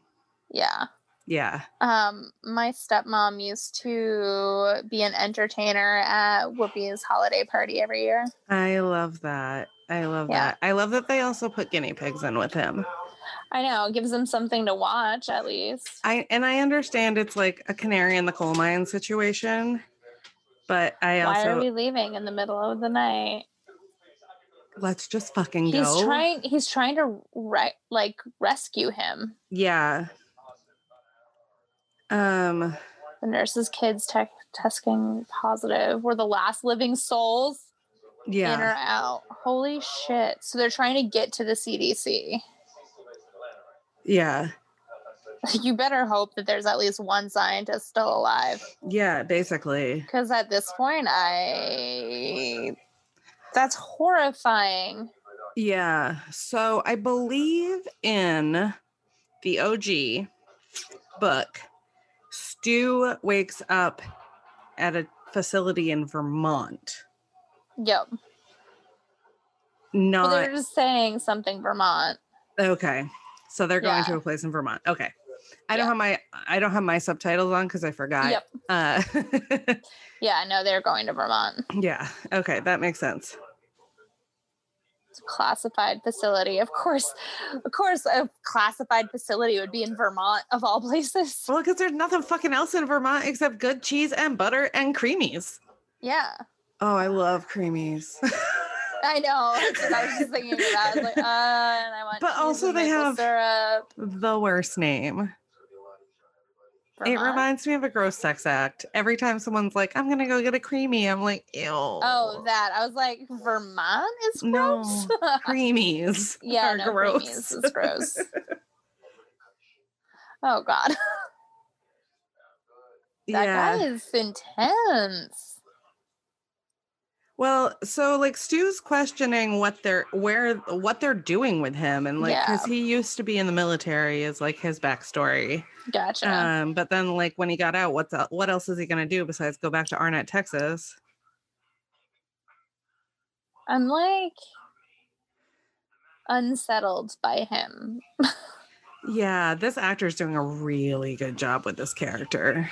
Yeah. Yeah. Um, my stepmom used to be an entertainer at Whoopi's holiday party every year. I love that. I love Yeah. that. I love that they also put guinea pigs in with him. I know, gives them something to watch at least. I and I understand it's like a canary in the coal mine situation, but I Why are also we leaving in the middle of the night? let's just fucking He's go. trying. He's trying to re- like rescue him. yeah. Um The nurse's kids tech testing positive. We're the last living souls in or yeah. out. Holy shit! So they're trying to get to the CDC. Yeah. *laughs* You better hope that there's at least one scientist still alive, Yeah, basically. because at this point, I that's horrifying. Yeah. So I believe in the OG book, Stu wakes up at a facility in Vermont. Yep. Not Well, they're just saying something Vermont. Okay. So they're going to Yeah. a place in Vermont. Okay. I don't Yeah. have my I don't have my subtitles on because I forgot. Yep. Uh, *laughs* Yeah, no, they're going to Vermont. yeah. Okay, that makes sense. It's a classified facility. Of course, of course, a classified facility would be in Vermont of all places. Well, because there's nothing fucking else in Vermont except good cheese and butter and creamies. Yeah, Oh, I love creamies. *laughs* I know. That's what I was just thinking about. I was like, uh, and I want. But cheese also and they maple have- syrup. the worst name. It Vermont. reminds me of a gross sex act. Every time someone's like, "I'm gonna go get a creamy," I'm like, "Ew." Oh, that I was like, Vermont is No. gross. *laughs* creamies. yeah, are no, gross. creamies is *laughs* gross. oh God, that yeah. guy is intense. Well, so like Stu's questioning what they're where what they're doing with him and like because he used to be in the military is like his backstory. Gotcha. Um, but then like when he got out, what's el- what else is he gonna do besides go back to Arnett, Texas? I'm like unsettled by him. Yeah, this actor's doing a really good job with this character.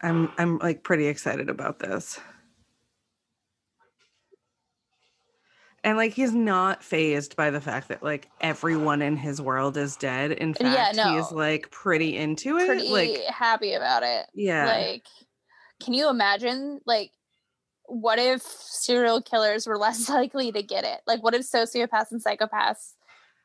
I'm I'm like pretty excited about this. And like he's not phased by the fact that like everyone in his world is dead. In Yeah, fact, he's no. like pretty into it. Pretty like happy about it. yeah. Like, can you imagine? Like, what if serial killers were *laughs* less likely to get it? Like, what if sociopaths and psychopaths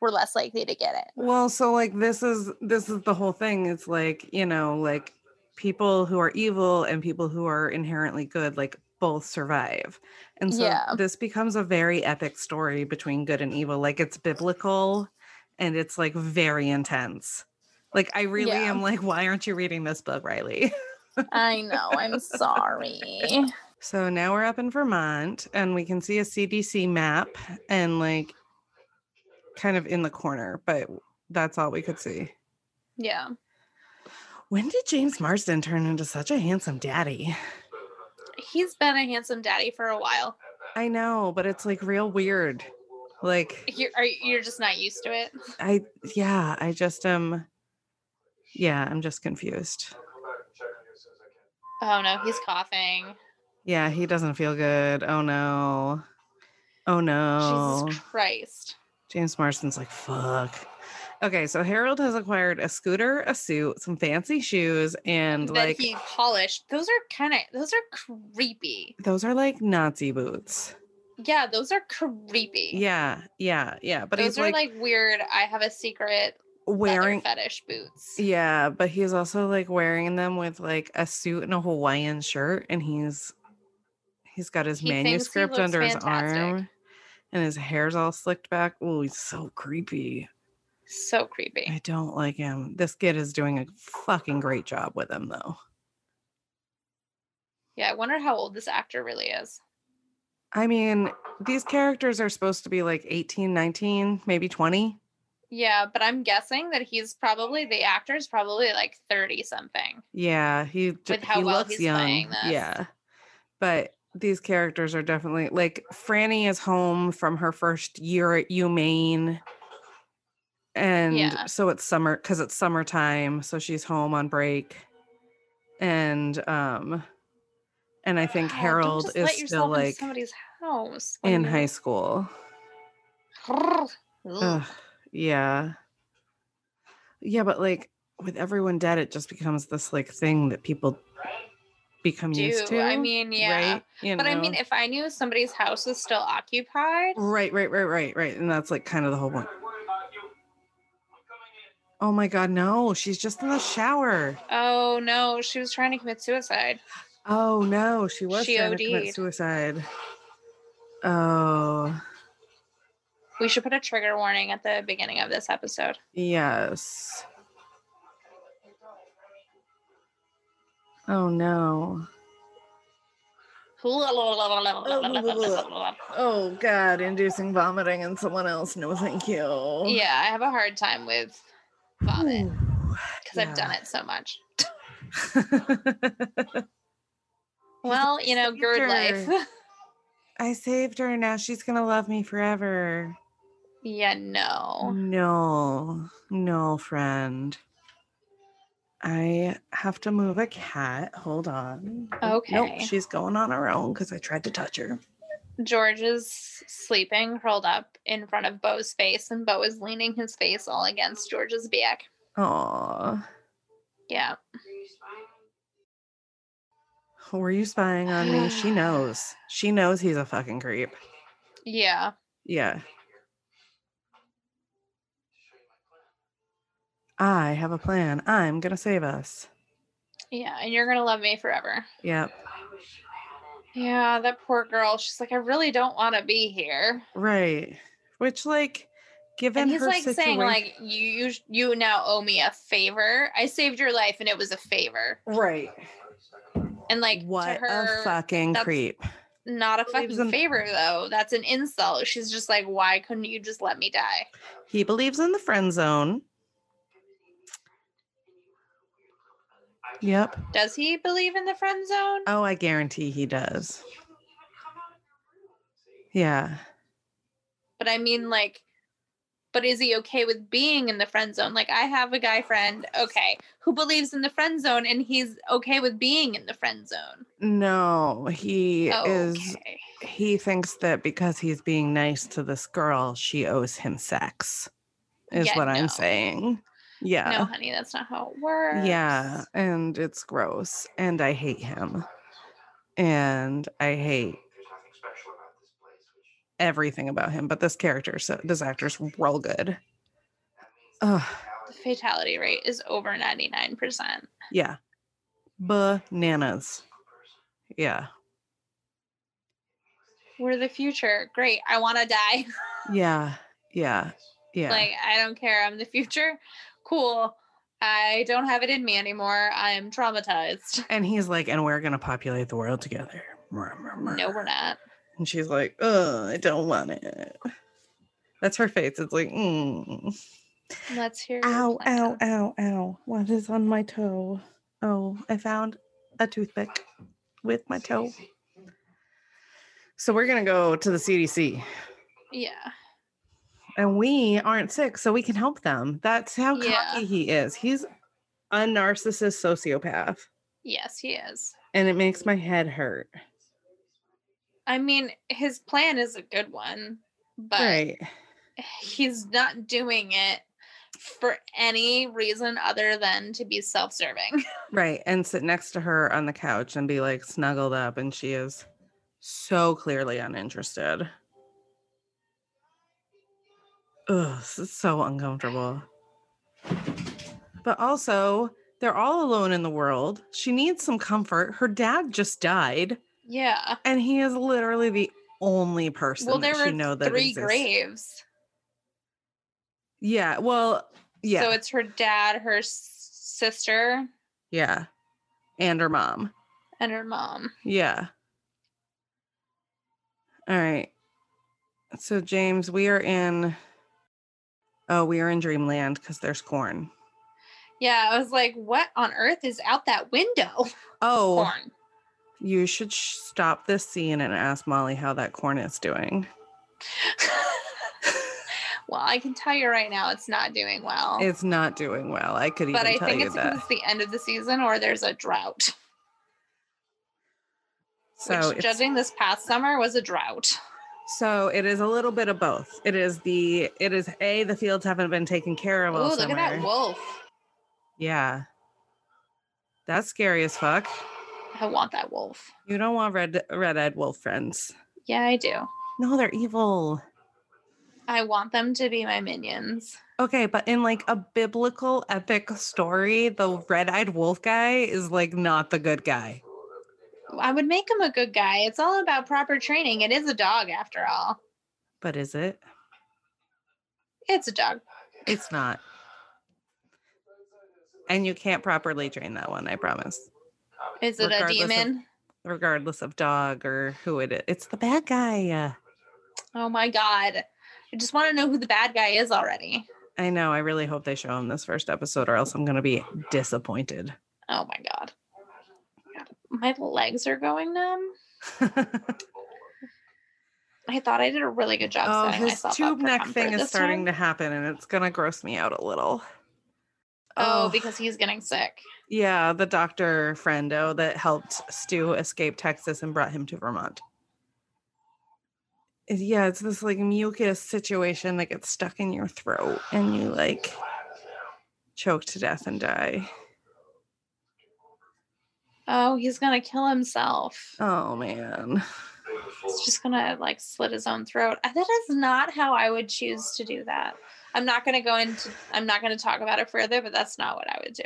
were less likely to get it? Well, so like this is this is the whole thing. It's like, you know, like people who are evil and people who are inherently good, like both survive. And so Yeah. this becomes a very epic story between good and evil. Like it's biblical and it's like very intense. Like I really Yeah. am like, why aren't you reading this book, Riley? *laughs* I know. I'm sorry. So now we're up in Vermont and we can see a CDC map and like kind of in the corner, but that's all we could see. Yeah. When did James Marsden turn into such a handsome daddy? He's been a handsome daddy for a while. I know, but it's like real weird. Like You're, are, you're just not used to it. I yeah, I just um yeah, I'm just confused. Oh, no. He's coughing. Yeah, he doesn't feel good. Oh no. Oh no. Jesus Christ. James Marsden's like, fuck. Okay, so Harold has acquired a scooter, a suit, some fancy shoes, and that like he polished. Those are kind of those are creepy. those are like Nazi boots. Yeah, those are creepy. Yeah, yeah, yeah. But those he's are like, like, weird. I have a secret leather wearing fetish boots. Yeah, but he's also like wearing them with like a suit and a Hawaiian shirt, and he's he's got his He thinks he manuscript looks under his fantastic. arm, and his hair's all slicked back. Oh, he's so creepy. So creepy. I don't like him. This kid is doing a fucking great job with him, though. Yeah, I wonder how old this actor really is. I mean, these characters are supposed to be like 18, 19, maybe 20. Yeah, but I'm guessing that he's probably the actor's probably like 30 something. Yeah, he d- With how he well looks he's young. playing this. Yeah. But these characters are definitely like Franny is home from her first year at UMaine and Yeah. so it's summer because it's summertime so she's home on break and um and i think Wow, don't harold just is let still yourself into like somebody's house in high school *laughs* school. Ugh, yeah yeah but like with everyone dead it just becomes this like thing that people become used Do to I mean yeah? right You But I mean, know? if I knew somebody's house was still occupied, right right right right right and that's like kind of the whole point oh my god no she's just in the shower oh no, she was trying to commit suicide. Oh no, she was She trying to commit OD'd. suicide. Oh We should put a trigger warning at the beginning of *laughs* this episode. yes. Oh no. yeah, Oh god, inducing vomiting and someone else. No, thank you. I have a hard time with vomit because I've done it so much. it. Well, you know, GERD life. *laughs* I saved her. Now she's gonna love me forever. *laughs* yeah, Mm. no. No, no, friend. I have to move a cat. Hold on. Oh, Okay. Nope, she's going on her own because I tried to touch her. George is sleeping, curled up in front of Bo's face, and Bo is leaning his face all against George's back. Aw. Yeah. Were you spying on me? She knows. She knows he's a fucking creep. Yeah. Yeah. I have a plan. I'm gonna save us. Yeah. And you're going to love me forever. Yep. Yeah. That poor girl. She's like, I really don't want to be here. Right. Which like given And he's her like situation, saying, like, you, you, sh- you now owe me a favor. I saved your life and it was a favor. right. And like, to What her, a fucking that's- creep. not a believes fucking in- favor though. That's an insult. She's just like, why couldn't you just let me die? He believes in the friend zone. Yep. Does he believe in the friend zone? Oh, I guarantee he does. Yeah. But I mean, like, but is he okay with being in the friend zone? Like, I have a guy friend, okay, who believes in the friend zone and he's okay with being in the friend zone. No, he Oh, is okay. he thinks that because he's being nice to this girl, she owes him sex. Is Yeah, what no. I'm saying. No, Yeah. honey, that's not how it works. yeah, and it's gross and I hate him. And I hate everything about him, but this character, so this actor's real good. Ugh, The fatality rate is over 99%. yeah, bananas. Yeah, We're the future. Great. I want to die. yeah, yeah, yeah. Like, I don't care. I'm the future. Cool. I don't have it in me anymore. I'm traumatized. and he's like, and we're gonna populate the world together. No, we're not. And she's like, oh, I don't want it. *laughs* That's her face. It's like, mm. Let's hear. your ow, plan. ow, ow, ow. What is on my toe? Oh, I found a toothpick with my toe. So we're gonna go to the CDC. Yeah. and we aren't sick, so we can help them. That's how Yeah. cocky he is. He's a narcissist sociopath, Yes, he is. and it makes my head hurt. I mean, his plan is a good one, but right. he's not doing it for any reason other than to be self serving. Right. And sit next to her on the couch and be like snuggled up, and she is so clearly uninterested. Ugh, this is so uncomfortable. But also, they're all alone in the world. She needs some comfort. Her dad just died. *laughs* Yeah. And he is literally the only person well, that there she were know that three exists. graves. Yeah. Well, yeah. So it's her dad, her s- sister, yeah. And her mom. and her mom. Yeah. All right. So James, we are in Oh, we are in dreamland because there's corn. Yeah. I was like, what on earth is out that window? *laughs* Oh, Corn. you should sh- stop this scene and ask Molly how that corn is doing. *laughs* Well, I can tell you right now, it's not doing well. It's not doing well. I could even Oh. but I tell think you it's because that. it's the end of the season or there's a drought. So which, it's judging this past summer, was a drought. So it is a little bit of both. It is the it is a the fields haven't been taken care of all Oh, look summer. at that wolf. Yeah, that's scary as fuck. I want that wolf. You don't want red red-eyed wolf friends. Yeah, I do. No, they're evil. I want them to be my minions. Okay, but in like a biblical epic story, the red-eyed wolf guy is like not the good guy. I would make him a good guy. It's all about proper training. It is a dog after all. But is it? It's a dog. It's not. And you can't properly train that one, I promise. Is it Regardless a of- demon? Regardless of dog or who it is. It's the bad guy. Uh, Oh my god. I just want to know who the bad guy is already. I know. I really hope they show him this first episode, or else I'm going to be disappointed. *laughs* Oh my god. My legs are going numb. I thought I did a really good job oh, setting his myself up tube for neck comfort thing is this starting time. to happen, and it's going to gross me out a little. Oh, because he's getting sick. yeah, the doctor friendo that helped Stu escape Texas and brought him to Vermont. Is- Yeah, it's this like mucus situation that gets stuck in your throat, and you like choke to death and die. Oh, he's gonna kill himself. Oh man. He's just gonna like slit his own throat. Uh, That is not how I would choose to do that. I'm not gonna go into. I'm not gonna talk about it further, but that's not what I would do.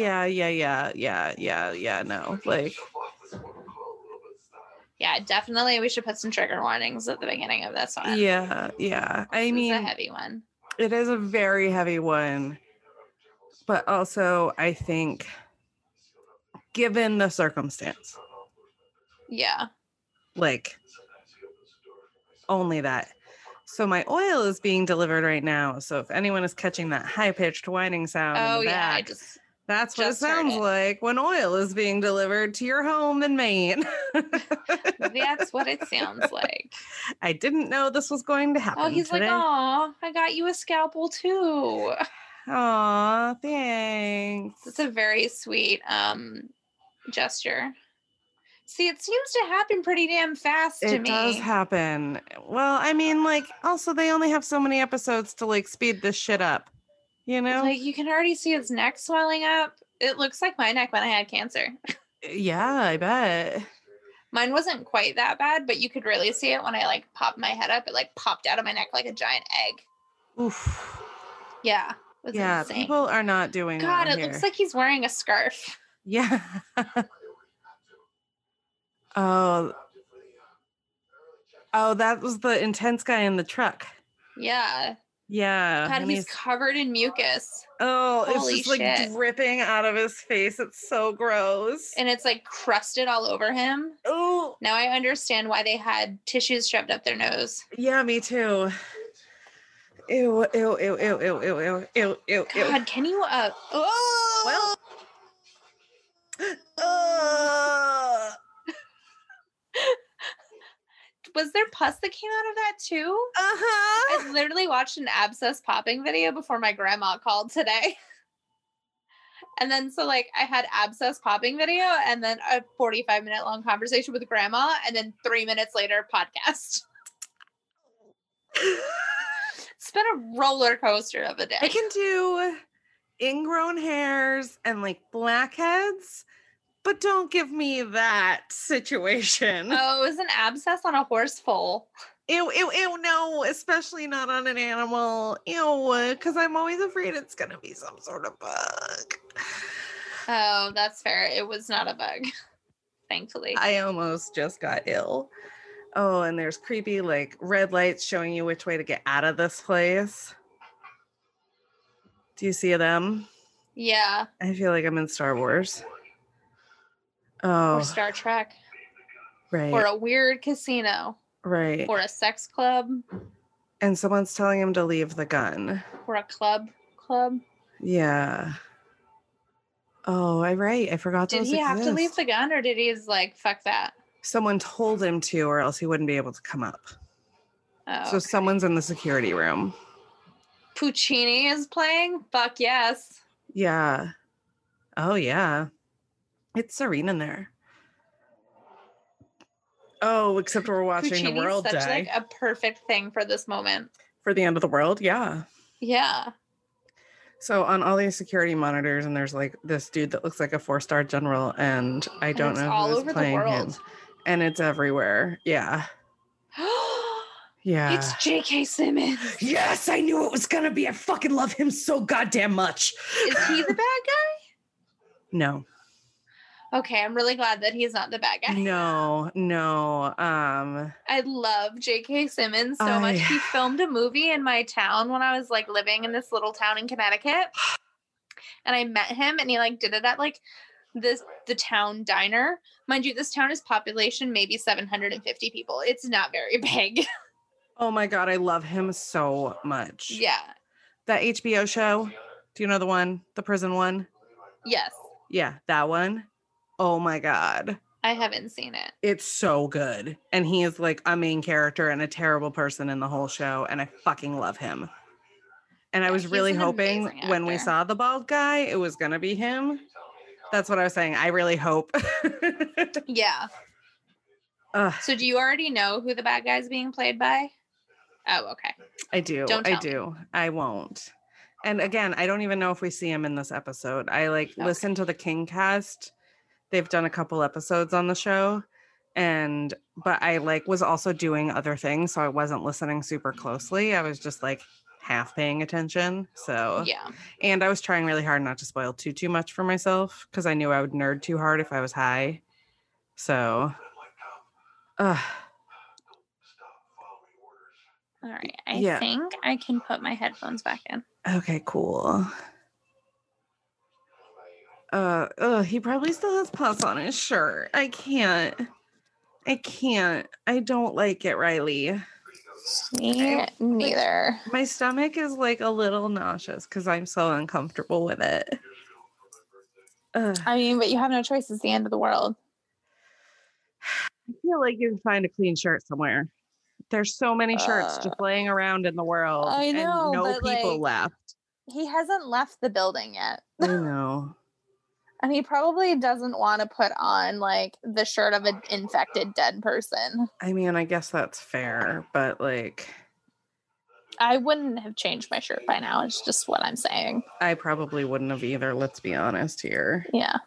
Yeah, yeah, yeah, yeah, yeah, yeah. No, like Yeah, definitely. We should put some trigger warnings at the beginning of this one. Yeah, yeah. I This is mean, a heavy one. it is a very heavy one, but also I think, given the circumstance, Yeah. like only that. So my oil is being delivered right now. So if anyone is catching that high pitched whining sound, in Oh the yeah. I back, just that's what it just heard sounds it. like when oil is being delivered to your home in Maine. *laughs* that's what it sounds like. I didn't know this was going to happen. Oh, he's today. like, oh, I got you a scalpel too. Aw, thanks. It's a very sweet um gesture. See, it seems to happen pretty damn fast to it me. does happen well i mean like also they only have so many episodes to like speed this shit up you know Like you can already see his neck swelling up. It looks like my neck when I had cancer. *laughs* yeah i bet Mine wasn't quite that bad, but you could really see it when I like popped my head up. It like popped out of my neck like a giant egg. Oof. Yeah. It was yeah insane. people are not doing God, well it here. looks like he's wearing a scarf. yeah *laughs* oh oh that was the intense guy in the truck Yeah. yeah God, and he's covered in mucus. oh it's holy just like shit. dripping out of his face it's so gross And it's like crusted all over him. oh Now I understand why they had tissues shoved up their nose. Yeah, me too. Ew, ew, ew, ew, ew, ew, ew, ew, ew, ew. God, can you uh oh Well. Oh. Uh, was there pus that came out of that too? *gasps* uh-huh. I *gasps* literally watched an abscess popping video before my grandma called today. *laughs* And then so like I had abscess popping video and then a 45 minute long conversation with grandma and then 3 minutes later podcast. *laughs* It's been a roller coaster of a I day. can do ingrown hairs and like blackheads, but don't give me that *laughs* situation. Oh, it was an abscess on a horse foal. Ew, ew, ew, no, especially not on an animal. Ew, because I'm always afraid it's going to be some sort of bug. Oh, that's fair. It was not a bug. *laughs* Thankfully. I almost just got ill. Oh, and there's creepy like red lights showing you which way to get out of this place. Do you see them? yeah. I feel like I'm in Star Wars. Oh, Or Star Trek. right, Or a weird casino. right. Or a sex club. And someone's telling him to leave the gun. Or a club club. Yeah. Oh, I right. I forgot. Did those he have to leave exist. the gun or did he just like fuck that? Someone told him to, or else he wouldn't be able to come up. Oh, So someone's in the security room. Puccini is playing. Fuck yes. Yeah. Oh yeah. It's serene in there. Oh, except we're watching Puccini's the world such die like a perfect thing for this moment. for the end of the world. Yeah. Yeah. So on all these security monitors, and there's like this dude that looks like a four star general, and I And don't it's know all who's over the playing him, world. *gasps* and it's everywhere. Yeah. Yeah. it's J.K. Simmons. yes, I knew it was gonna be. I fucking love him so goddamn much. Is he the bad guy? No, Okay, I'm really glad that he's not the bad guy. no, no. Um, I love J.K. Simmons so I- much. He filmed a movie in my town when I was like living in this little town *sighs* in Connecticut. And I met him and he like did it at like this the town diner. Mind you, this town is population maybe 750 people. It's not very *laughs* big. oh my god, I love him so much. yeah. That HBO show. Do you know the one? The prison one? Yes. Yeah, that one. Oh my god. I haven't seen it. It's so good. And he is like a main character and a terrible person in the whole show. And I fucking love him. And I Yeah, was he's really an hoping amazing when we actor. saw the bald guy, it was going to be him. That's what I was saying. I really hope. *laughs* Yeah. Ugh, So do you already know who the bad guy's being played by? Oh, okay. I do. Don't I tell me. do. I won't. And again, I don't even know if we see him in this episode. I like Okay. listened to the King cast. They've done a couple episodes on the show. And but I like was also doing other things, so I wasn't listening super closely. I was just like half paying attention. So Yeah. and I was trying really hard not to spoil too too much for myself because I knew I would nerd too hard if I was high. So Ugh. All right. I Yeah. think I can put my headphones back in. Okay, cool. Uh, ugh, he probably still has pus on his shirt. I can't. I can't. I don't like it, Riley. Me neither. My stomach is like a little nauseous because I'm so uncomfortable with it. Ugh, I mean, but you have no choice. It's the end of the world. I feel like you can find a clean shirt somewhere. There's so many shirts Uh, just laying around in the world. I and know, no but, people like- left. He hasn't left the building yet. I know. *laughs* And he probably doesn't want to put on like the shirt of an infected dead person. I mean, I guess that's fair, but like. I wouldn't have changed my shirt by now. It's just what I'm saying. I probably wouldn't have either. Let's be honest here. Yeah.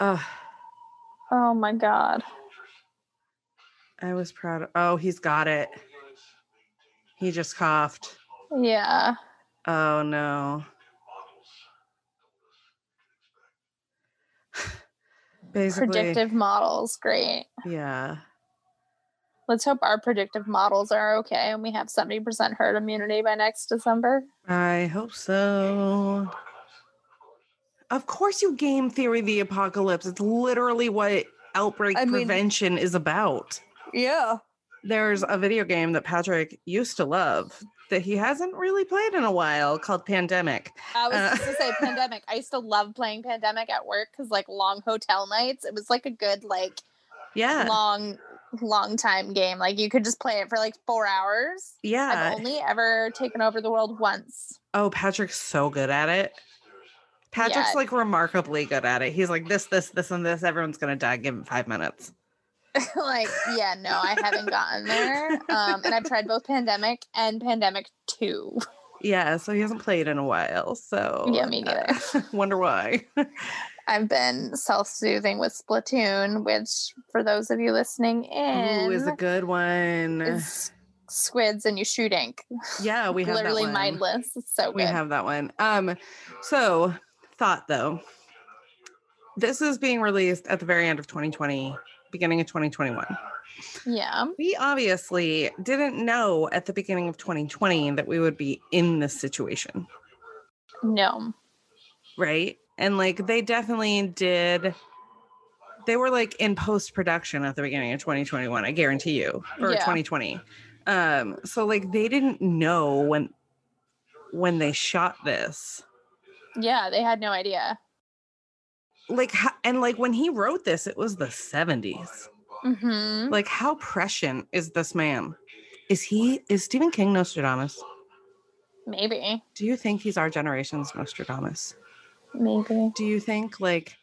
Ugh, Oh my God. I was proud. Of, oh, he's got it. He just coughed. Yeah. Oh no. *sighs* Basically, Predictive models. Great. yeah. Let's hope our predictive models are okay and we have 70% herd immunity by next December. I hope so. Of course, you game theory the apocalypse. It's literally what outbreak I mean- prevention is about. Yeah. there's a video game that Patrick used to love that he hasn't really played in a while called Pandemic. I was Uh, just to say pandemic. I used to love playing pandemic at work because like long hotel nights, it was like a good like Yeah. long long time game. Like you could just play it for like four hours. yeah. I've only ever taken over the world once. *laughs* oh, Patrick's so good at it. Patrick's Yeah. like remarkably good at it. He's like this, this, this, and this. Everyone's gonna die. Give him five minutes. like yeah, no, I haven't gotten there. Um, and I've tried both pandemic and pandemic *laughs* two. Yeah. So he hasn't played in a while. So Yeah, me neither. uh, *laughs* wonder why. I've been self soothing with Splatoon, which for those of you listening Ooh, in is a good one. is squids and you shoot ink. yeah, we have that literally one. mindless. It's so good. we have that one um so thought though this is being released at the very end of 2020 beginning of 2021 yeah. we obviously didn't know at the beginning of 2020 that we would be in this situation No. right and like they definitely did they were like in post production at the beginning of 2021 i guarantee you or Yeah. 2020 um so like they didn't know when when they shot this Yeah, they had no idea. like ho- and like when he wrote this it was the 70s hmm like how prescient is this man Is he is Stephen King Nostradamus? Maybe. Do you think he's our generation's Nostradamus? Maybe. Do you think like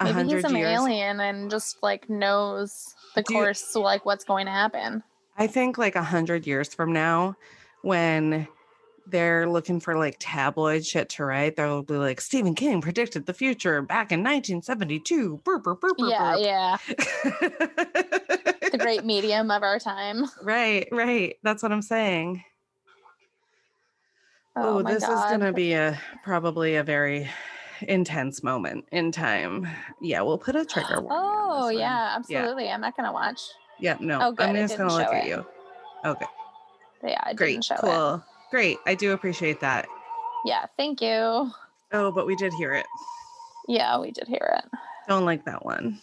a Maybe he's hundred an years? alien and just like knows the Do you- course, like what's going to happen. I think like a hundred years from now, when they're looking for like tabloid shit to write, they'll be like Stephen King predicted the future back in 1972. Burp, burp, burp, burp, yeah, burp." yeah. The great medium of our time. *laughs* right, right. That's what I'm saying. Oh, oh, my this god. is gonna be a probably a very intense moment in time. Yeah, we'll put a trigger warning. on this Oh one. yeah, absolutely. I'm not gonna watch. Yeah, no. Oh, good, I'm it just gonna didn't look show at it. you. Okay. Yeah, I Great. didn't show it. Cool. Great. I do appreciate that. Yeah, thank you. Oh, but we did hear it. Yeah, we did hear it. Don't like that one.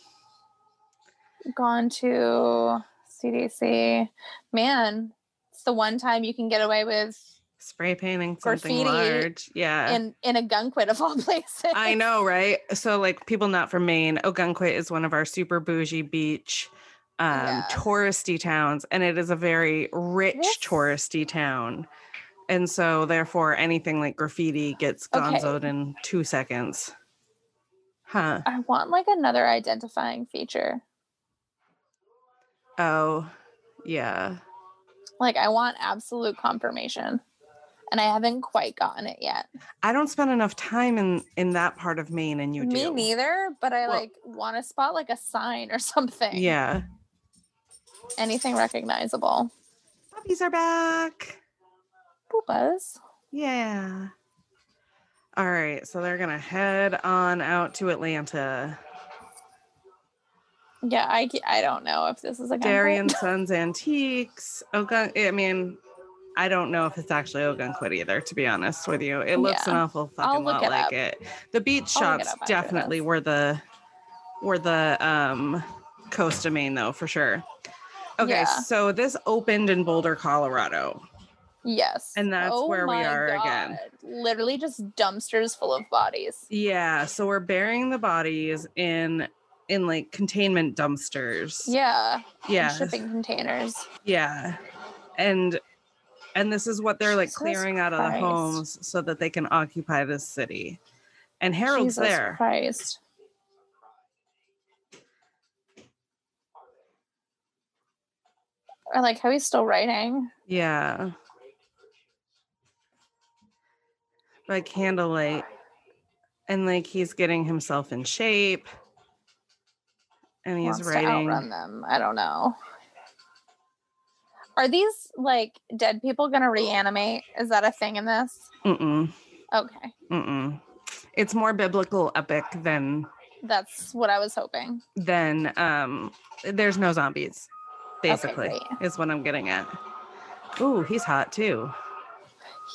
Gone to CDC. Man, it's the one time you can get away with Spray painting something Graffiti large. Yeah. in in a gunquit of all *laughs* places. I know, right? So, like, people not from Maine, Ogunquit is one of our super bougie beach, um, Yeah. touristy towns, and it is a very rich This- touristy town. And so, therefore, anything like graffiti gets Okay. gonzoed in two seconds. Huh. I want like another identifying feature. Oh, yeah. Like I want absolute confirmation. And I haven't quite gotten it yet. I don't spend enough time in in that part of Maine, and you Me do. neither, but I Well- like want to spot like a sign or *laughs* something. Yeah. Anything recognizable. Puppies are back. Boopas. Yeah. All right, so they're gonna head on out to Atlanta. Yeah, I, ca- I don't know if this *laughs* is a gunfight. Dairy and Sons Antiques. Ogun. I mean, I don't know if it's actually Ogunquit either. To be honest with you, it looks an awful fucking I'll look lot it like up. it. The beach I'll look it shops up after definitely this. were the were the um, coast of Maine though for sure. Okay, Yeah. so this opened in Boulder, Colorado. *laughs* Yes. Oh And that's where we my are again. Literally just dumpsters full of bodies. Yeah, so we're burying the bodies in in like containment dumpsters. Yeah. and yeah, Shipping containers. yeah, and and this is what they're like Jesus clearing out of the Christ. homes so that they can occupy this city. And Harold's Jesus there. Christ. I like how he's still writing. Yeah. By candlelight. And like he's getting himself in shape. And he's wants to writing. outrun them. I don't know. Are these like dead people gonna reanimate? Is that a thing in this? Mm-mm, Okay, mm-mm. It's more biblical epic than that's what I was hoping. than um there's no zombies, basically, great. is what I'm getting at. Ooh, he's hot too.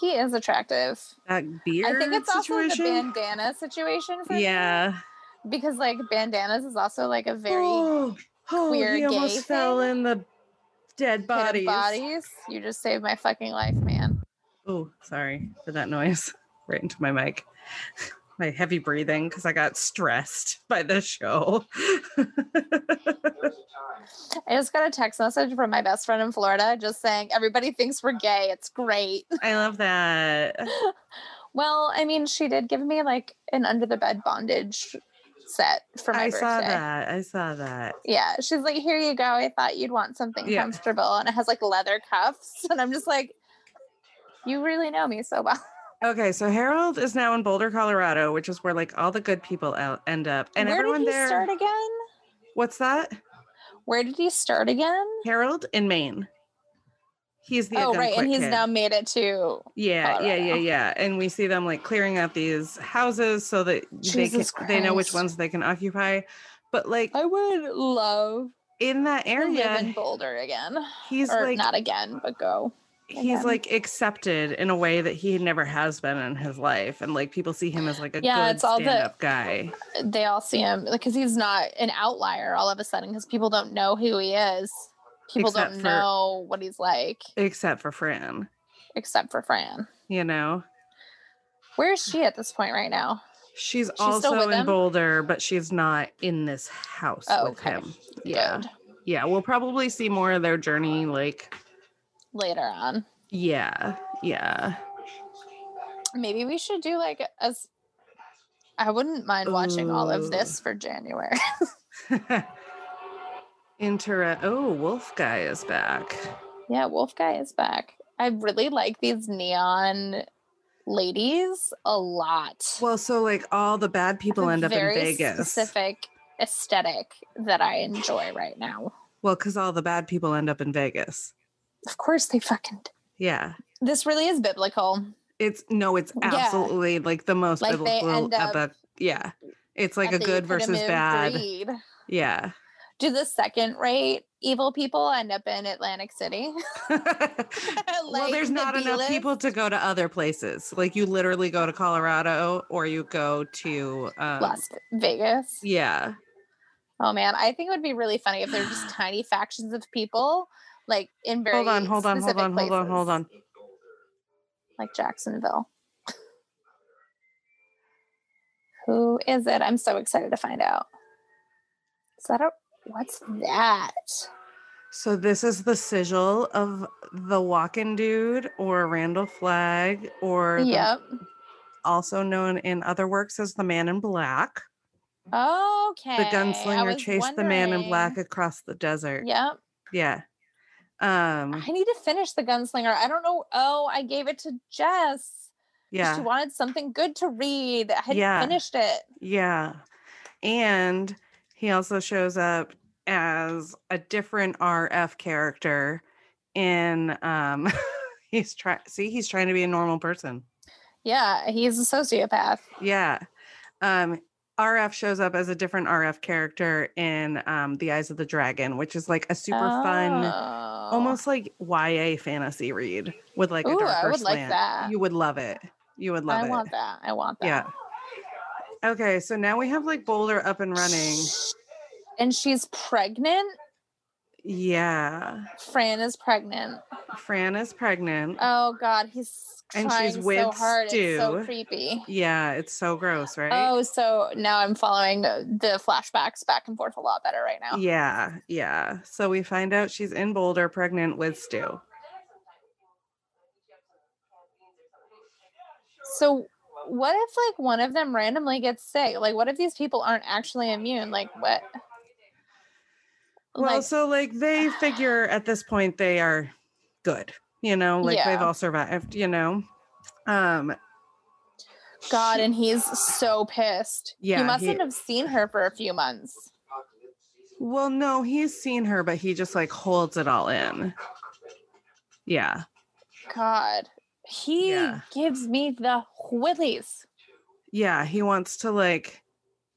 He is attractive. That beard I think it's also the situation. bandana situation for me, yeah. because like bandanas is also like a very hit oh, oh, queer he gay almost fell thing. in the dead of bodies. bodies. You just saved my fucking life, man. Oh, sorry for that noise *laughs* right into my mic. *laughs* My heavy breathing because I got stressed by the show. *laughs* I just got a text message from my best friend in Florida just saying everybody thinks we're gay. It's great. I love that. Well, I mean, she did give me like an under the bed bondage set *laughs* for my I birthday. saw that. I saw that. Yeah, she's like, "Here you go. I thought you'd want something Yeah. comfortable." And it has like leather cuffs, *laughs* and I'm just like, "You really know me so well." Okay, so Harold is now in Boulder, Colorado, which is where like all the good people el- end up, and Where everyone did he there. start again? What's that? Where did he start again? Harold in Maine. He's the oh, right, Ogunquit and he's kid. now made it to Yeah, yeah, yeah, Colorado. yeah. And we see them like clearing out these houses so that they can, Jesus they know which Christ. ones they can occupy. But like I would love in that to live in area, Boulder again, he's or like not again, but go. he's again. like accepted in a way that he never has been in his life, and like people see him as like a Yeah, good it's all the- stand-up guy. They all see him because he's not an outlier all of a sudden because people don't know who he is. People Except don't for- know what he's like Except for Fran, except for Fran. you know, Where is she at this point right now? she's, still also with in him? Boulder, but she's not in this house Oh, with okay. him. Yeah, Good. yeah. We'll probably see more of their journey like later on. Yeah. Yeah. *laughs* Maybe we should do like as I wouldn't mind watching all Ooh. of this for January. *laughs* Inter. Oh, Wolf Guy is back. yeah, Wolf Guy is back. I really like these neon ladies a lot. Well, so like all the bad people A end up in very Vegas. Specific aesthetic that I enjoy right now. Well, because all the bad people end up in Vegas. Of course, they fucking. d- Yeah. This really is biblical. It's no, it's Yeah. absolutely like the most Like, they biblical end up epic. Yeah. It's like at a the good versus epitome of bad. greed. Yeah. Do the second rate evil people end up in Atlantic City? *laughs* well, *laughs* Like there's the not enough B-list? people to go to other places. Like you literally go to Colorado or you go to um, Las Vegas. Yeah. Oh man, I think it would be really funny if they're *sighs* just tiny factions of people, like in very Hold on, hold on, hold specific on, hold on, hold places, on. like Jacksonville. *laughs* Who is it? I'm so excited to find out. Is that a what's that? So this is the sigil of the Walking Dude or Randall Flagg or the- Yep. also known in other works as the Man in Black. Okay. The I gunslinger was chased the man in wondering. black across the desert. Yep. Yeah. Um I need to finish the gunslinger. I don't know. Oh, I gave it to Jess. She yeah. wanted something good to read. I hadn't Yeah. finished it. Yeah. And he also shows up as a different RF character in um *laughs* he's trying see he's trying to be a normal person. Yeah, he's a sociopath. Yeah. Um RF shows up as a different RF character in um The Eyes of the Dragon, which is like a super fun Oh. almost like YA fantasy read with like a Ooh, darker I would like slant. that. You would love it. You would love I it. want that. I want that. Yeah. Okay, so now we have like Boulder up and running. And she's pregnant. Yeah. Fran is pregnant. Fran is pregnant. Oh God, he's And she's trying so with hard. It's so Stu, creepy. yeah, it's so gross, right? Oh, so now I'm following the flashbacks back and forth a lot better right now. Yeah, yeah. So we find out she's in Boulder pregnant with Stu. So what if like one of them randomly gets sick? Like what if these people aren't actually immune? Like what? Well, like, so like they figure at this point they are good, you know, like they've Yeah. all survived, you know. Um God, and he's so pissed. Yeah, he mustn't he- have seen her for a few months. well no, he's seen her but he just like holds it all in. Yeah. God, he Yeah. gives me the willies. yeah, he wants to like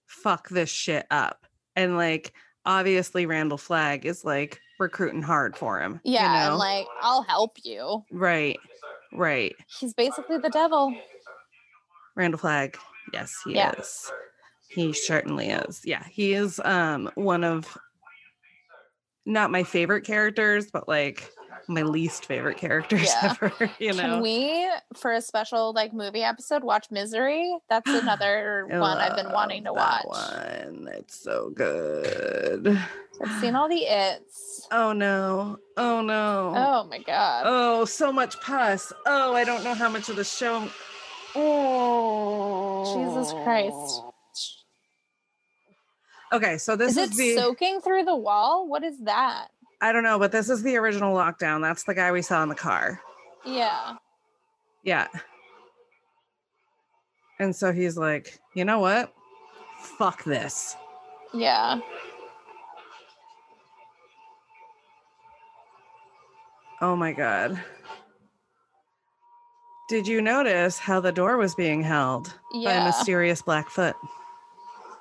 fuck this shit up. And like obviously Randall Flagg is like recruiting hard for him. you Yeah, know? and like I'll help you. right. Right. He's basically the devil. Randall Flagg. Yes, he Yeah. is. He certainly is. Yeah, he is um one of not my favorite characters, but like my least favorite characters *laughs* Yeah. ever, you know. Can we, for a special like movie episode, watch Misery? *gasps* That's another I one I've been wanting to love watch. that One. It's so good. I've seen all the its. Oh no. Oh no. Oh my god. Oh, so much pus. Oh, I don't know how much of the show. Oh, Jesus Christ. Okay, so this Is is, it the soaking through the wall? What is that? I don't know, but this is the original lockdown. That's the guy we saw in the car. Yeah. Yeah. And so he's like, you know what? Fuck this. Yeah. Oh my god. Did you notice how the door was being held by a Yeah. mysterious Blackfoot?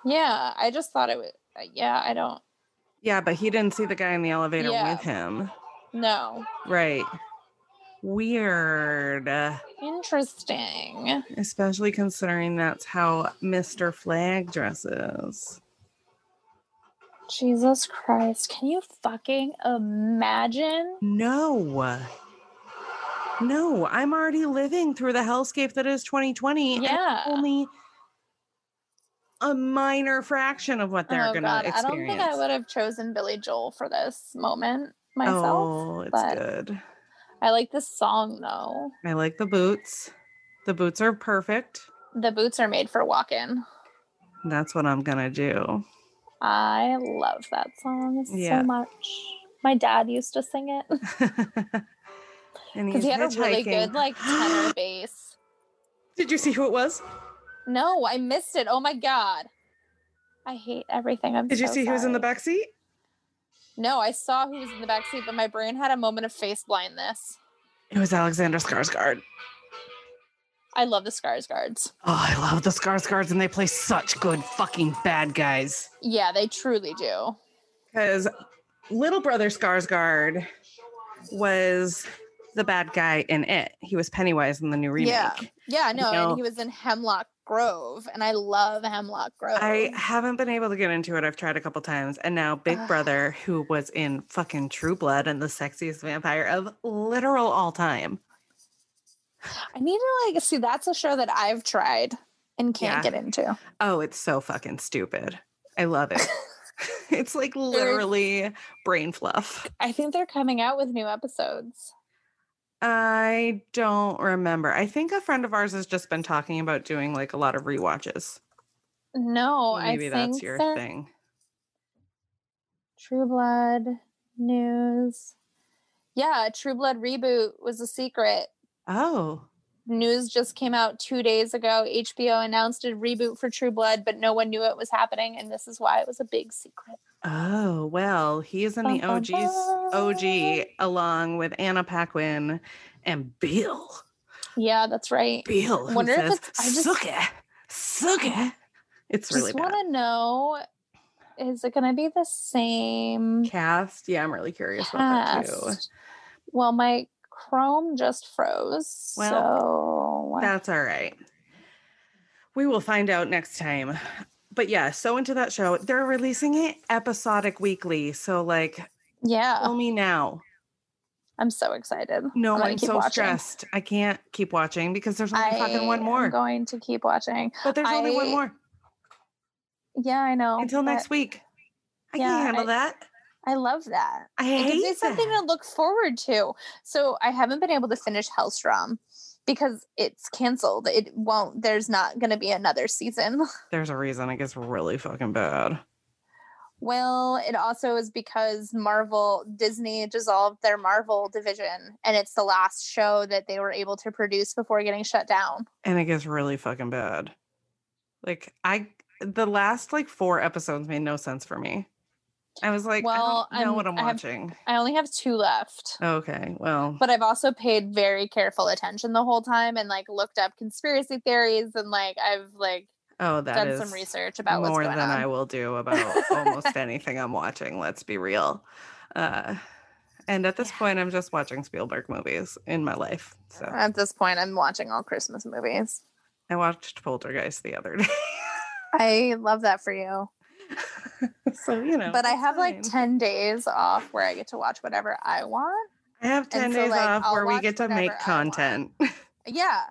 Yeah. I just thought it was. Yeah. I don't Yeah, but he didn't see the guy in the elevator Yeah. with him. know. Right. Weird. uh, Interesting. Especially considering that's how Mr. Flag dresses. Jesus Christ. Can you fucking imagine? No. No, I'm already living through the hellscape that is 2020. and Yeah. Only a minor fraction of what they're oh going to God. experience. I don't think I would have chosen Billy Joel for this moment myself. Oh, it's but- good. I like this song though. I like the boots. The boots are perfect. The boots are made for walking. That's what I'm gonna do. *laughs* I love that song Yeah. so much. My dad used to sing it *laughs* and because he's he had a hitchhiking. really good like *gasps* tenor bass. Did you see who it was? No, I missed it. Oh my god, I hate everything. I'm. Did you so see who was in the sorry. back seat? No, I saw who was in the back seat, but my brain had a moment of face blindness. It was Alexander Skarsgård. I love the Scars Guards. Oh, I love the Skarsgårds, and they play such good fucking bad guys. Yeah, they truly do. Because little brother Skarsgård was the bad guy in it. He was Pennywise in the new remake. Yeah. Yeah, no, know- and he was in Hemlock Grove, and I love Hemlock Grove. I haven't been able to get into it. I've tried a couple times. And now Big Ugh. Brother, who was in fucking True Blood and the sexiest vampire of literal all time. I need to like see. That's a show that I've tried and can't Yeah. get into. Oh, it's so fucking stupid. I love *laughs* it. *laughs* it's like literally brain fluff. I think they're coming out with new episodes. I don't remember. I think a friend of ours has just been talking about doing like a lot of rewatches. No, So Oh, I Maybe think that's your they're- thing. True Blood news. Yeah, True Blood reboot was a secret. Oh, News just came out two days ago. HBO announced a reboot for True Blood, but no one knew it was happening, and this is why it was a big secret. oh, well, he is in the Bum, bum, OG's OG bum. along with Anna Paquin and Bill. Yeah, that's right. Bill. Who Wonder if says, it's- I just- Suka, Suka. It's really just bad. want to know is it going to be the same Cast. Yeah, I'm really curious about that too. cast? Well, my Chrome just froze. so That's all right. We will find out next time. But yeah, so into that show. They're releasing it episodic weekly. So like yeah, tell me now. I'm so excited. No, Oh. I'm gonna I'm, keep so watching. stressed. I can't keep watching because there's only I fucking one more. am going to keep watching. but there's only one I- more Yeah, I know. until but next week. I yeah, can't handle I- that. I love that. I It hate gives me something that. to look forward to. So I haven't been able to finish Hellstrom because it's canceled. It won't. There's not going to be another season. *laughs* There's a reason it gets really fucking bad. Well, it also is because Marvel, Disney dissolved their Marvel division, and it's the last show that they were able to produce before getting shut down. and it gets really fucking bad. Like I, the last like four episodes made no sense for me. I was like, Well, I don't know I'm- what I'm I have- watching. I only have two left, Okay, well, but I've also paid very careful attention the whole time and like looked up conspiracy theories and like I've like oh, that done is some research about what's more going than on. I will do *laughs* about almost anything I'm watching. Let's be real. Uh, and at this Yeah. point, I'm just watching Spielberg movies in my life. So At this point, I'm watching all Christmas movies. I watched Poltergeist the other *laughs* day. I love that for you. so you know, but I it's have like fine. 10 days off where I get to watch whatever I want. I have and ten so, days like, off I'll where we watch get to whatever make I want. content. Yeah,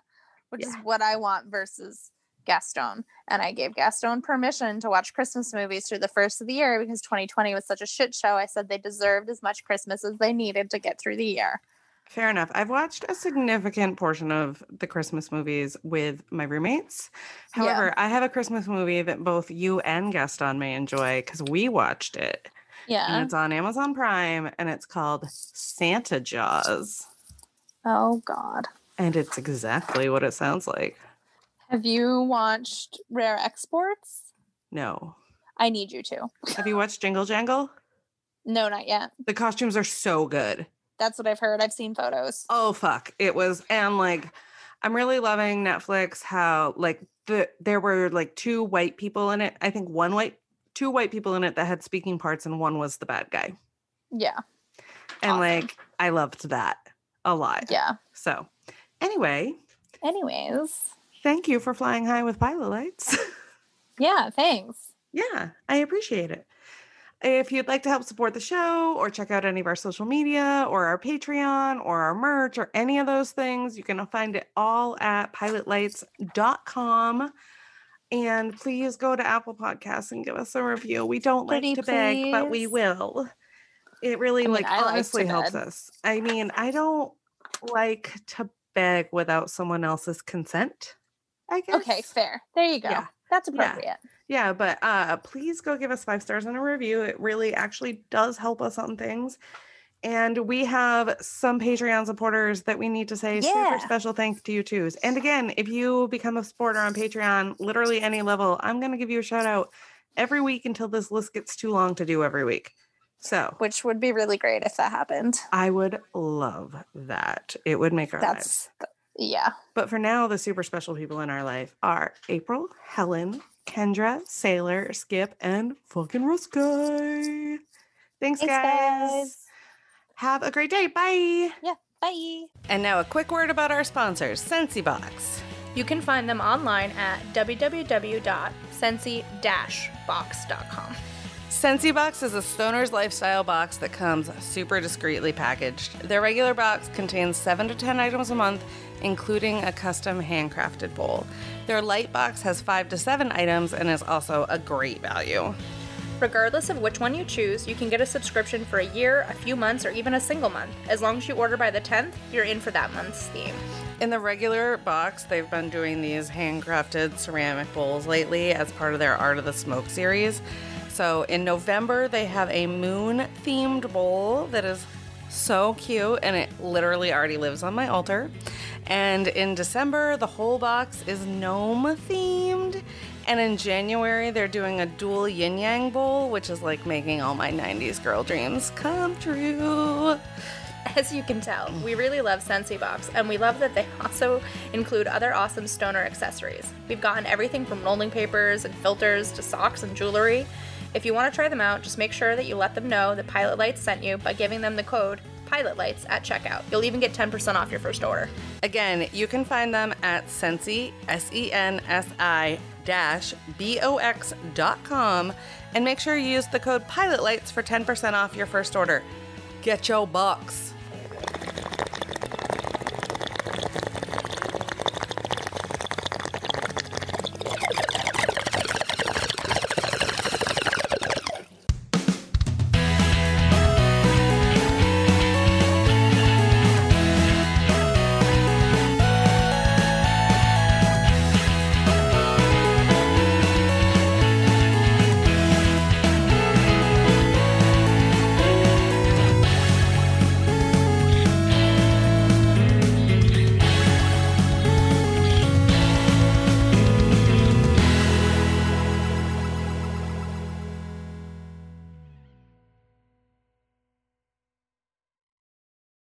which is what I want versus Gaston. And I gave Gaston permission to watch Christmas movies through the first of the year because 2020 was such a shit show. I said they deserved as much Christmas as they needed to get through the year. Fair enough. I've watched a significant portion of the Christmas movies with my roommates. Yeah. However, I have a Christmas movie that both you and Gaston may enjoy because we watched it. And Yeah. it's on Amazon Prime and it's called Santa Jaws. Oh, God. And it's exactly what it sounds like. Have you watched Rare Exports? No. I need you to. Have you watched Jingle Jangle? No, not yet. The costumes are so good. That's what I've heard. I've seen photos. oh fuck it was and like i'm really loving netflix how like the there were like two white people in it i think one white two white people in it that had speaking parts and one was the bad guy Yeah. and Awesome. like i loved that a lot Yeah. so anyway Anyways. thank you for flying high with pilot *laughs* lights Yeah. Thanks. Yeah, I appreciate it. If you'd like to help support the show or check out any of our social media or our Patreon or our merch or any of those things, you can find it all at pilotlights.com. And please go to Apple Podcasts and give us a review. We don't Pretty like to beg, but we please. will. It really I mean, like I like to honestly helps beg. us. I mean, I don't like to beg without someone else's consent, I guess. Okay, fair. There you go. Yeah. That's Yeah. appropriate. Yeah, but uh please go give us five stars and a review. It really actually does help us on things. And we have some Patreon supporters that we need to say Yeah. super special thanks to you twos. And again, if you become a supporter on Patreon, literally any level, I'm gonna give you a shout out every week until this list gets too long to do every week. So Which would be really great if that happened. I would love that. It would make our lives. That's yeah. But for now, the super special people in our life are April, Helen, Kendra, Sailor, Skip, and fucking Rust Guy. Thanks, Thanks, guys. guys. Have a great day. Bye. Bye. And now a quick word about our sponsors, SensiBox. You can find them online at www.sensi-box.com. SensiBox is a stoner's lifestyle box that comes super discreetly packaged. Their regular box contains 7 to 10 items a month, including a custom handcrafted bowl. Their light box has 5 to 7 items and is also a great value. Regardless of which one you choose, you can get a subscription for a year, a few months, or even a single month. As long as you order by the 10th, you're in for that month's theme. In the regular box, they've been doing these handcrafted ceramic bowls lately as part of their Art of the Smoke series. So in November, they have a moon themed bowl that is so cute and it literally already lives on my altar. And in December, the whole box is gnome themed. And in January, they're doing a dual yin yang bowl, which is like making all my 90s girl dreams come true. *laughs* As you can tell, we really love Sensi Box, and we love that they also include other awesome stoner accessories. We've gotten everything from rolling papers and filters to socks and jewelry. If you want to try them out, just make sure that you let them know that Pilot Lights sent you by giving them the code PILOTLIGHTS at checkout. You'll even get 10% off your first order. Again, you can find them at Sensi, S E N S I dash B O X dot com. And make sure you use the code PILOTLIGHTS for 10% off your first order. Get your box.